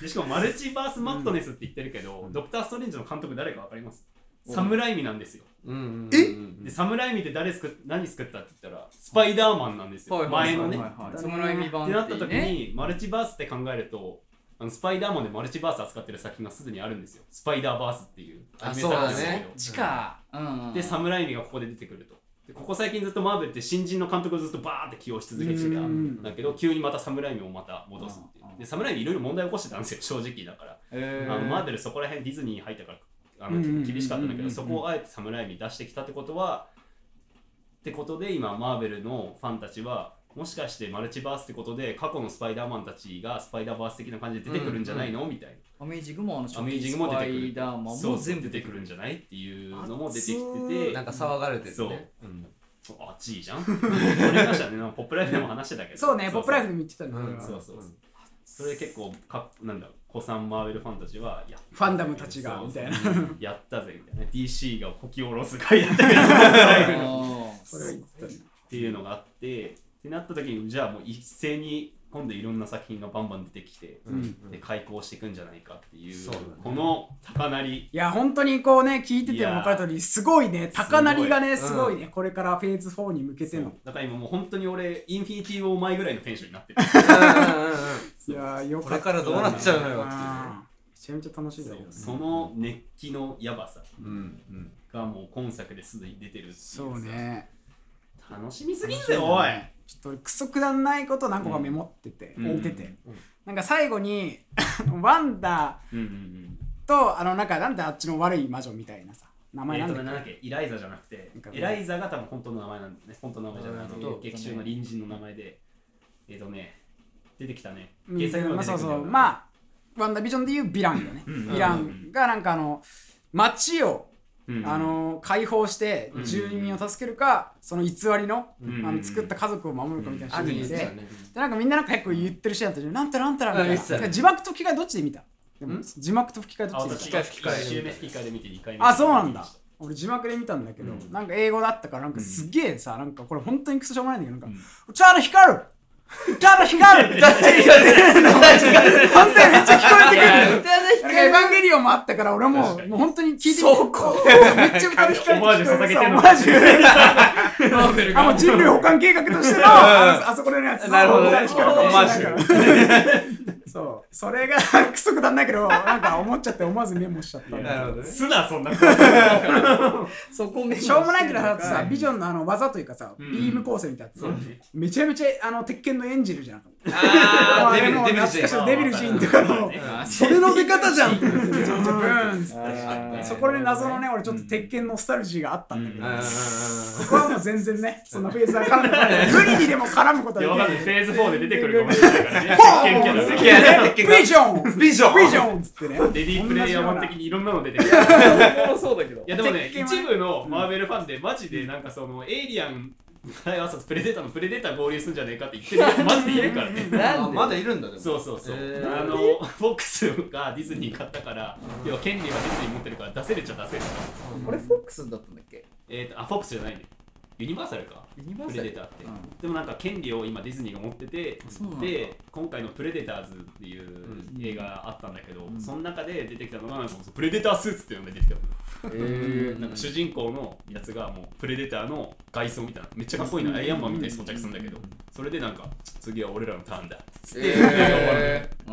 A: でしかもマルチバースマットネスって言ってるけど、ドクター・ストレンジの監督誰かわかります、サムライミなんですよ。
D: うん
B: え
A: で、サムライミって誰作っ何作ったって言ったら、スパイダーマンなんですよ。
C: はいは
A: 前
C: い
A: のね。
C: はいはいそのライミ版
A: ってなった時
C: ね
A: に、マルチバースって考えると、あのスパイダーマンでマルチバース扱ってる作品がすでにあるんですよ。スパイダーバースっていうアニメ作品なんですけど
D: あそうだね
C: 地下うんうん
A: で、サムライミがここで出てくると。でここ最近ずっとマーベルって新人の監督をずっとバーって起用し続けてた
B: うん
A: んだけど、急にまたサムライミをまた戻すっていう
C: うん。
A: で、サムライミいろいろ問題起こしてたんですよ、正直だから。
C: えー
A: あのマーベルそこら辺ディズニーに入ったからあの
B: うんうんうんうん
A: 厳しかったんだけどそこをあえて侍に出してきたってことはってことで今マーベルのファンたちはもしかしてマルチバースってことで過去のスパイダーマンたちがスパイダーバース的な感じで出てくるんじゃないの、みたい
C: アメージングもあの初
A: なアメー
C: 期
A: ジン
C: ス
A: グも出
C: パ
A: てくる
C: イダーマン
A: そ
C: も
A: う
C: 全
A: 全
C: 部
A: 部出
C: 出て
A: て
C: く
A: く
C: る
A: るんじゃないっていうのも出てきて
B: あ
A: て
D: なんか騒がれて
A: そう
D: るね。、
A: うん、そうあっちいいじゃん俺らしゃねポップライフでも話してたけど
B: そうねポップライ
A: フ
B: フでも言ってたんだ
D: う
B: け
D: ん
B: ど
A: そうそうそうそれ結構かなんだろう子さんマーベルファンたちはやっ
B: ファンダムたちが
A: そう
B: みたいな
A: そうやったぜみたいな DC がこき下ろす回だったけど
B: それは言ってたね
A: っていうのがあってってなった時にじゃあもう一斉に今度いろんな作品がバンバン出てきて、
D: うん
A: で開講していくんじゃないかっていう
D: そうだね
A: この高鳴り
B: いや本当にこうね聞いてても分かる通りすごいね高鳴りがねす
D: す
B: ご
D: ごい
B: いねこれからフェーズ4に向けての
A: だから今もう本当に俺インフィニティを前ぐらいのテンションになってる
D: うんうんうんうん
B: いやーよ
D: こ
B: かっ
D: れ
B: た
D: からどうなっちゃうのよっていうね
B: あーめちゃめちゃ楽しいだけどね
A: その熱気のやばさ
D: うんうん。
A: がもう今作ですでに出てるっていうさ
B: そうね
A: 楽しみすぎんぜおい
B: ちょっと俺クソくだんないこと何個かメモってて、
A: うん
B: 置いてて、
D: うん
B: なんか最後にワンダ
A: うんうんうん
B: ーとあのなんかなんであっちの悪い魔女みたいなさ名前
A: え
B: な
A: っ
B: ん
A: と
B: だっけ、
A: ねなんだっけイライザじゃなくて
B: なんか
A: エライザが多分本当の名前なんだよね本当の名前じゃないあ
D: なるほ
A: の
D: ど
A: 劇中の隣人の名前でえっとね出てきたね
B: うん
A: 原作の
B: まあ、そうそう
A: あ
B: まあワンダービジョンでいうヴィランだね、
A: うん
B: ヴィランがなんかあの街を
A: うん
B: あの解放して
A: うん
B: 住民を助けるか、その偽りの,、
A: うん
B: あの作った家族を守るかみたいな
D: あ
B: 主
D: る
B: 義
D: ん
B: で,、
D: だよね。
B: でなんかみんななんか結構言ってるシーンだったじゃんなんたらなんたらみ
D: あ
B: た
D: 言
B: い
D: ってた
B: な、
D: ね
B: 字幕と吹き替えどっちで見たでも
D: ん
B: 字幕と吹き替えど
A: あ
B: っちで
A: 私
B: 見
D: 吹
B: た
D: き替え吹き替え
A: 1周目吹き替えで見て2回目
B: あそうなんだ俺字幕で見たんだけど、
D: うん
B: なんか英語だったからなんかすげえさ、なんかこれ本当にクソしょうもないんだけどなんか「チャール光る!」チャール光る
D: だって言われてるの確かに
B: 本当にめっちゃ聞こえてくるのよ
C: 歌の
B: なんかエヴァンゲリオンもあったから俺も
A: 確かに
B: もう本当に聞いてみて
C: そうか
B: そうめっちゃ歌の光
A: オマージュ捧げてんの
B: マジ
C: マーベル
B: あも
C: が
B: う人類保管計画と
D: [laughs]
B: してのあのあそこのやつの
D: なるほどね
B: 歌の光るかもしれない
D: オマ
B: からそうそれが [laughs] クソくだんないけどなんか思っちゃって思わずメモしちゃったんだ
D: なるほどね
A: すなそんな
C: [laughs] そこめ
B: しょうもないけどだってさビジョンのあの技というかさビ
A: ん
B: ーム構成みたいなやつめちゃめちゃあの鉄拳のエンジェルじゃん
D: あ
B: あ
D: ーデビ
B: も
D: ル
B: う
D: デビル
B: 懐かし
D: ジ
B: のデビルジーンとかの
C: あ
B: それの出方じゃんって言ってめちゃめちゃブーンっつって
C: ー
B: そこで謎のね俺ちょっと鉄拳ノスタルジーがあったんだけどそこはもう全然ね、そんなフェーズは絡んでない。無理にでも絡むこと
A: いやわか
B: は
A: ん
B: で
A: ない
B: き
A: フ
B: ない。
A: ェーズ4で出てくるかもしれないからね実験キャラ
D: ー
A: が
D: いやね
B: ビジョンビ
D: ビジョン
B: ジョンっつってね。
A: レディープレイヤー版的にいろんなの出てくる
C: [laughs] もそうだけど
A: いやでもね、
B: 鉄拳は
A: 一部のマーベルファンで、マジでなんかその、エイリアン、 [laughs] 朝プレデターのプレデター合流するんじゃねえかって言ってるやつ、 [laughs] マジでいるからね。
D: あまだいるんだね
A: そうそうそう、
D: えー
A: あのフォックスがディズニー買ったから、要は権利はディズニー持ってるから出せるっちゃ出せる
C: 俺フォックスだったんだっけ
A: えーとあフォックスじゃないねユニバーサルか
C: ユニバ
A: プレデターって、
C: うん
A: でもなんか権利を今ディズニーが持ってて
C: そうなんだ
A: で今回の「プレデターズ」っていう映画あったんだけど、
C: ん
A: その中で出てきたのがなんかプレデタースーツっていうのが出てきたの
C: え
A: なんか主人公のやつがもうプレデターの外装みたいなめっちゃかっこいいなアイアンマンみたいに装着するんだけどそれでなんか次は俺らのターンだ [laughs]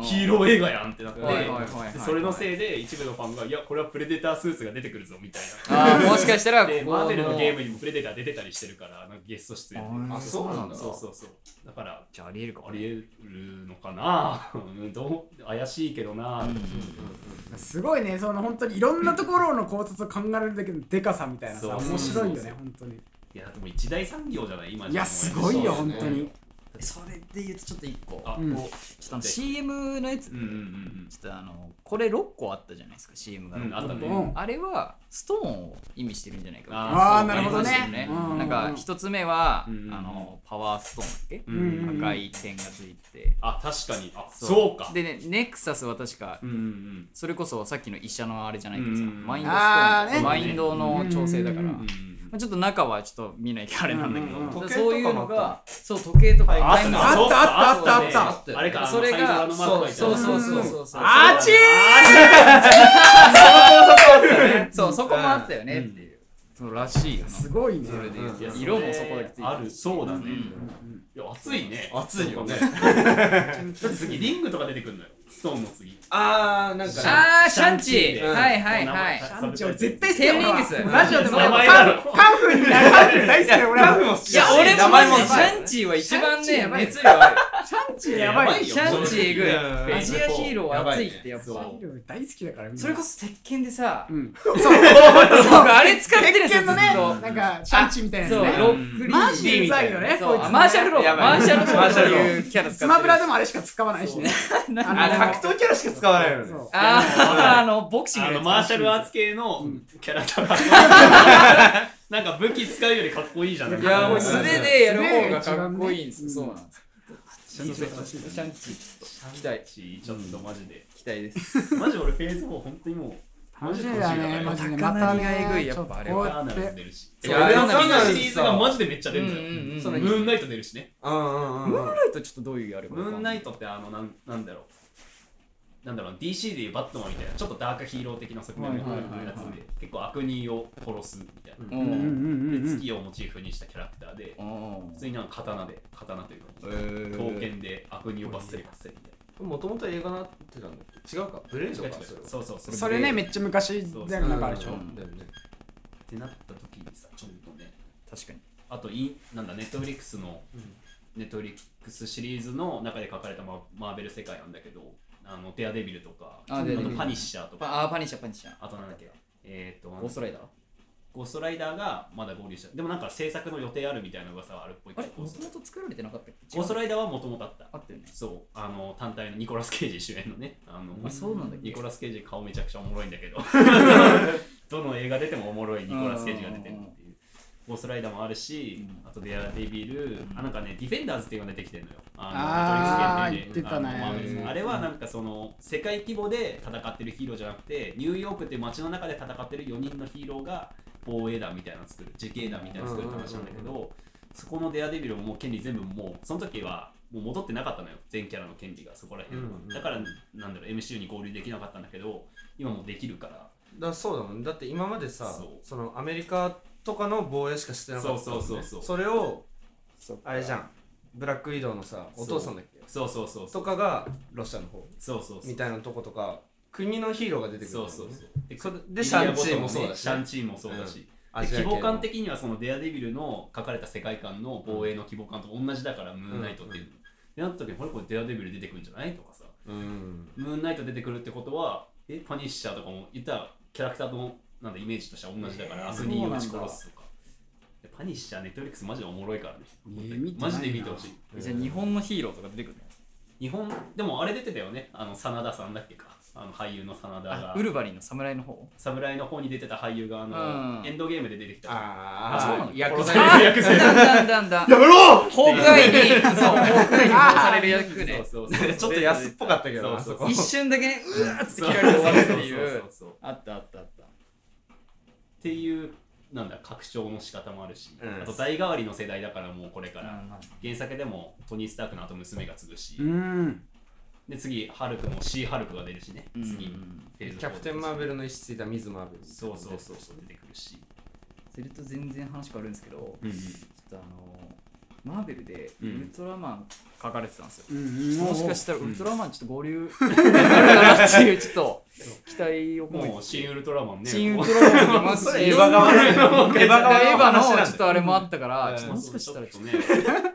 A: ヒーロー映画やんってなって
C: はいはいはいはい
A: でそれのせいで一部のファンがいやこれはプレデタースーツが出てくるぞみたい
C: あーもしかしたら
A: なで
C: ここ
A: マーベルのゲームにもプレデター出てたりしてるからなんかゲスト出演
D: あそうなんだ
A: そうそうそうだから
C: じゃあありえるか
A: ありえるのかな [laughs] うんどう怪しいけどな
B: すごいね、その本当にいろんなところの考察を考えられるだけのデカさみたいな
A: そ
B: さ、
A: う
B: 面白いよね、本当に。
A: いやでも一大産業じゃない今
B: い
A: じゃ
B: や、
A: もう
B: すごいよ、
D: そう
B: 本
D: で
B: 当
D: すね
B: に。
C: それで言うとちょっと一個
A: あ、
B: うん
A: こ
C: ちょっとあの CM のやつ
A: ううんうんうん
C: ちょっとあのこれ6個あったじゃないですか CM が
A: うんうんあったね
B: うん
C: あれはストーンを意味してるんじゃないかみたい
B: あー
A: そう
B: なるほどね
C: ありましたよ
B: うん
C: なんか一つ目は、
A: うん
C: あのパワーストーンだっけ、
A: うんうん
B: うん
C: 赤い点がついて
A: あ確かにあそうか
C: でねネクサスは確か、
A: うんうんうん
C: それこそさっきの医者のあれじゃないけどさ、
A: うん
C: マインドストーン
B: あーね
C: マインドの調整だから、
B: うんうん
A: うん
C: ま
A: うん
C: あちょっと中はちょっと見ないきゃあれなんだけど、
B: うんうんうん
C: だから
D: 時計と
C: そ
D: か
C: ういうの
D: もあ
C: がそう時計とか
A: あった
B: あったあったあったあ
D: った
A: あれか、
C: それがそうそうそうそうそうそう
B: あち
C: そうそこもあったよねっていう、そうらしいよな
B: ーすごいね。
C: それで言うと
D: いや
C: 色もそこだけついて
A: ある、そうだね。
C: うん
A: いや、熱いね。
D: 熱いよね
A: だって次、リングとか出てくるのよ。ストーンの次。
D: あーなんかね
C: あーシャンチー、
D: うん
C: はいはいはい
B: シャンチーを絶対好き
C: テンリングス
B: ラジオでも
A: 名
B: カ
A: 前だろ
B: ンカンフーにカンフー大好きだよ、俺
D: カ
B: は
D: フ。も好
C: い
D: きだ
C: や
D: し
C: 俺もね
D: 名前も好き
C: シャンチーは一番
B: シャンチー
C: ね
B: やばい
C: 熱量ある
B: シャンチーやばいよ。
C: シャンチー
D: い
C: グ
D: や
C: アジアヒーローは熱いってやっぱ
A: やばいね
B: 大好きだから、みんな
C: それこそ鉄拳でさ、
B: うん。そう。そう
C: 僕あれ使ってるんですよ
B: 鉄拳のね
C: ずっと、
B: なんか、シャンチーみたいな
C: そう
B: やつね。
C: ロックリー
B: マジでうざいよね、
C: そ
B: こ
C: う
B: いつね。
C: マーシャルロー
D: や
C: マ
D: ばい
C: ーシャルローって
D: マーシャル
C: いうキャラ使ってる
B: スマブラでもあれしか使わないしね。
C: な
B: あの
D: あ格闘キャラしか使わないよね
B: そう
C: あーあのボクシング
A: あ
C: のや
A: の、
C: つ
A: マーシャルアーツ系のキャラだ [laughs] から。なんか武器使うよりかっこいいじゃん。
C: いやもう
A: シャ
C: 素
A: ン
C: 手でやる方がかっこいいんですよ
B: 素
C: そ
B: 手が
C: うなんですよシャンチー期待
A: チー、ちょっとマジで。
C: 期待です
A: マジ俺、フェーズ4、本当にもう、
B: 楽しみだね、マ
A: マ
B: ジ
A: ジ
B: で。
A: で。
B: またね、
C: 高波がえぐいやっぱあれ
A: エ
C: は
B: こう
A: タ
B: や
A: ーナルズ
B: って
A: 出るし。
D: い
A: い
D: や
A: や、エターナ
D: エターナル
A: ル
D: ズ
A: ズシリーズがマジでめっちゃ出るんだよ。
C: うんうんうん
A: そのムーンナイト出るしね。
D: うんうんうん
C: ム
D: う
C: ーン
D: ん
C: ライトちょっとどういうあれか
A: ムーンナイトってあのなんなんだろうなんだろう DC でいうバットマンみたいなちょっとダークヒーロー的な側面の
C: はい
A: や
C: はいはいはい
A: つで結構悪人を殺すみたいな、
D: う
C: う
B: うんうん
C: ん
B: うんう
A: で
B: ん。
A: 月をモチーフにしたキャラクターで
C: うん
A: 普通になんか刀で刀というか刀剣で悪人をバッセリバッセリみたい
D: もともと映画なってたんだっけ違うかブレード
A: な
D: かそれは
A: そうそうそう
B: それね、めっちゃ昔
A: そう
B: だ
A: そ
B: よ、なんかあれでしょ。
D: うんだよね
A: ってなった時にさちょっとね
C: 確かに
A: あとインなんだネットフリックスのネットフリックスシリーズの中で書かれたママーベル世界なんだけどあのデアデビルとか
C: あ
A: あ
C: デアデビ
A: と
C: ル
A: パニッシャーと
C: パ
A: か
C: あーパニッシャーパニッシャー
A: あとなんだっけえーっと
C: ゴーストライダー
A: ゴーストライダーがまだ合流したでもなんか制作の予定あるみたいな噂はあるっぽいけ
C: あれ
A: どゴ
C: も
A: ース
C: ともと作られてなかったっけ
A: ゴーストライダーはもともとあった
C: あったよね
A: そうあの単体のニコラス・ケイジ主演のねあの
C: あそうなんだっけ
A: ニコラス・ケイジ顔めちゃくちゃおもろいんだけどどの映画出てもおもろいニコラス・ケイジが出てるっていうゴーストライダーもあるし、あとデアデビル、あなんかねディフェンダーズっていうのが出てきてるのよ
B: あ
A: のメ
B: ー
A: トリックス限定で
B: 言ってたね
A: あのマーベルのあれはなんかその世界規模で戦ってるヒーローじゃなくてニューヨークっていう街の中で戦ってる4人のヒーローが防衛団みたいなの作る自警団みたいなの作るって話なんだけど、そこのデアデビルももう権利全部もうその時はもう戻ってなかったのよ全キャラの権利がそこら辺は、
D: うんうん
A: だからなんだろう MCU に合流できなかったんだけど今もうできるから
D: だそうだもんだって今までさ
A: そう
D: そのアメリカとかの防衛しかしてなかったもんね
A: そうそうそうそう
D: それを
C: そっか
D: あれじゃんブラックウィドウのさお父さんだっけ
A: そうそうそうそ
D: と
A: う
D: かがロシアの方
A: そうそうそう
D: みたいなとことか国のヒーローが出てくるんだ
A: そ
D: よ
A: う
D: ね
A: そうそうで
D: それで
A: ビリア
D: シャンチーもそうだしね
A: シャンチーもそうだし、
D: うん
A: で
D: アジア系
A: 規
D: の
A: 模感的にはそのデアデビルの書かれた世界観の防衛の規模感と同じだから、ムーンナイトっていうの、でなった時にこれこれデアデビル出てくるんじゃないとかさ
D: うん
A: ムーンナイト出てくるってことはえパニッシャーとかも言ったらキャラクターのなんだイメージとしては同じだから、
C: えー
A: アスニーを撃ち殺すとかでパニッシャーネットフリックスマジでおもろいからね、
B: えー見てな
A: マ
B: いな
A: ジで見てほしい
C: じゃあ日本のヒーローとか出てくるね
A: 日本でもあれ出てたよねあの真田さんだっけかあの俳優の真田
C: あ
A: が
C: ウルヴァリンの侍の方
A: 侍の方に出てた俳優があの、
C: うん
A: エンドゲームで出てきた
D: あ
C: あ
D: あ
C: そうなの
D: 薬剤
A: あ
D: 薬剤
C: だんだんだんだん
D: やめろ
C: 崩壊にそう崩壊に殺される役ね
A: そうそうそう
D: [laughs] ちょっと安っぽかったけどな
A: そうそう
D: あこ
C: 一瞬だけねうわーっつって
A: そう
C: 切られて終わるって
A: そう
C: い
A: そううそうっ
C: あったあったあった
A: ていうなんだ拡張の仕方もあるし、
D: うん
A: あと代替わりの世代だからもうこれから、
C: うんうん
A: 原作でもトニー・スタークの後娘が継ぐし、
B: うん
A: で次ハルクもシー・ハルクが出るしね
C: うん
A: 次、フェーズ
D: キャプテン・マーベ
A: ル
D: ルの意思ついたミズ・マーベル
A: そうそうそうそう出てくるし、
C: それと全然話変わるんですけど
A: うん
C: ちょっとあのマーベルで
A: う
C: ウ
A: ん
C: ルトラマン書かれてたんですよ、
B: うん
C: もしかしたたらウルトラマンちょっと合流 [laughs] なるかなっていうちょっと期待を込め
A: もう
C: て
A: 新ウルトラマンね
C: 新ウルトラマンもいます
D: そ
C: し
D: れエヴァ側のエ
C: エ
D: ヴ
C: ヴ
D: ァ側
C: ァ
D: の話
C: の
D: な
C: ちょ
D: ん
C: っ
D: だ
C: とあれもあったから、ちょっと
A: も
C: もしかしたらちょっ
A: ね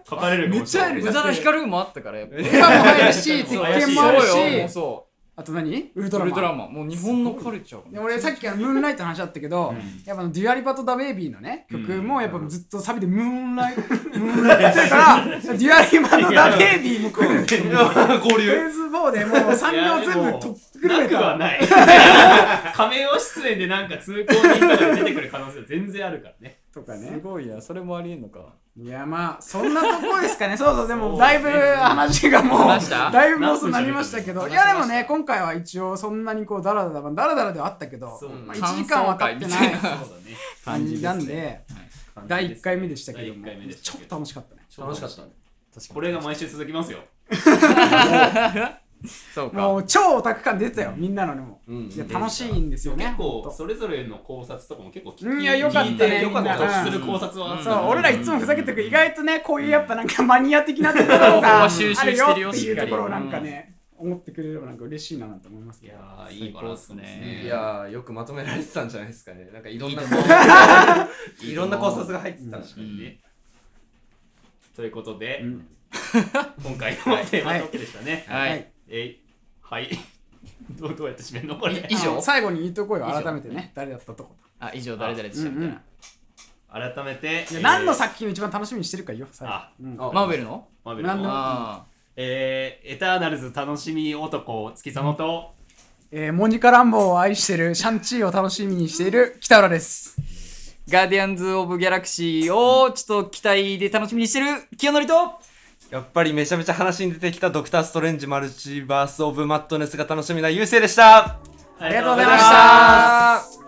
A: 書かれるかもしれない
B: めっちゃいる
C: と
B: じ
C: 宇
B: ゃん
C: 多田ヒカルもあったか
B: [laughs]
C: らやっぱり
B: エヴァも入るし、鉄拳もある
A: そう
C: そうよもう
B: し、
C: そ
B: あと何ウル
C: う
B: トラマ
C: ウ
B: ン。
C: ルトラマンもう日本のカルチャーが
B: で俺さっきからムーンライトの話あったけど、
A: うん
B: やっぱあのデュアリパとダベイビーのね曲もやっぱずっとサビでムーンライト、ムーンライトだからデュアリパとダベイビーもこうフ
D: 合流
B: ェーズ4でもう3秒全部とっくる
A: な
B: め
A: くは
B: た
A: ない。
B: [laughs]
A: 仮面を出演でなんか通行人とかで出てくる可能性は全然あるから
B: [laughs]
A: ね。
B: とか
C: す
B: ね
C: ごいなそれもありえんのか
B: いやまあそんなとこですかねそうそうで
A: そ
B: も
A: う
B: だいぶ話がもう
C: 話した
B: だいぶもうそうなりましたけど
A: 何
B: い
A: 分喋った
B: やでもね今回は一応そんなにこうダラダラダラダラではあったけど
A: そう
D: うん
B: まあ、1時間は経ってない
A: [laughs] そうだね。
B: 感じなんで [laughs] 第1回目でしたけ
A: 第
B: ど
A: 一
B: も
A: 回目でした
B: ちょ
A: け
B: っ
A: ど
B: と楽しかったね
D: 楽しかったね
A: これが毎週続きますよ。
C: そうか
B: もう超オタク感出てたよ、みんなのでも。
D: うん
B: いや、楽しいんですよね。
A: 結
B: ほ
A: 構
B: んと
A: それぞれの考察とかも結構聞
B: うんいやよかったね
A: 聞いてよかっ
B: みんな
A: た。得する考察はあった
B: そ
A: な
B: う、俺らいつもふざけてるけど、意外とね、こういうやっぱなんかマニア的なところ
C: ここ
B: が
C: は
B: あ
C: 収集
B: る
C: してる
B: よ
C: よ
B: っていうところをなんか
C: しっ
B: ね、思ってくれればなんか嬉しいななんて思います
A: い
B: けど。
A: やーいいバランスですね。
D: いやーよくまとめられてたんじゃないですかねなんかいろんなこう [laughs] いろんな考察が入ってた
A: 確かにね。ということで、
B: うん
A: 今回のテーマトークでしたね。
C: はい、
B: はい
A: えいはい。 [laughs] どうどうやって締めるのこれ。
C: 以上
B: あの最後に言っとこうよ、改めてね、誰だったとこ。
C: あ以上誰々でしたみ
B: う
C: たい
B: ん
C: な、
A: 改めて
B: うん何の作品を一番楽しみにしてるか言おう、最後
A: あ。
B: うん
D: あ
C: マーベルの
A: マーベルの
B: なんでも
C: あ
A: えーエターナルズ楽しみ男月佐野と
B: えーモニカ・ランボーを愛してる、シャンチーを楽しみにしている北浦です。
C: ーガーディアンズ・オブ・ギャラクシーをちょっと期待で楽しみにしてる清則と
D: やっぱりめちゃめちゃ話に出てきたドクター・ストレンジ・マルチバース・オブ・マットネスが楽しみな優勢でした
A: あ
B: りがとうございま
D: ありがとうご
B: し
D: ざいました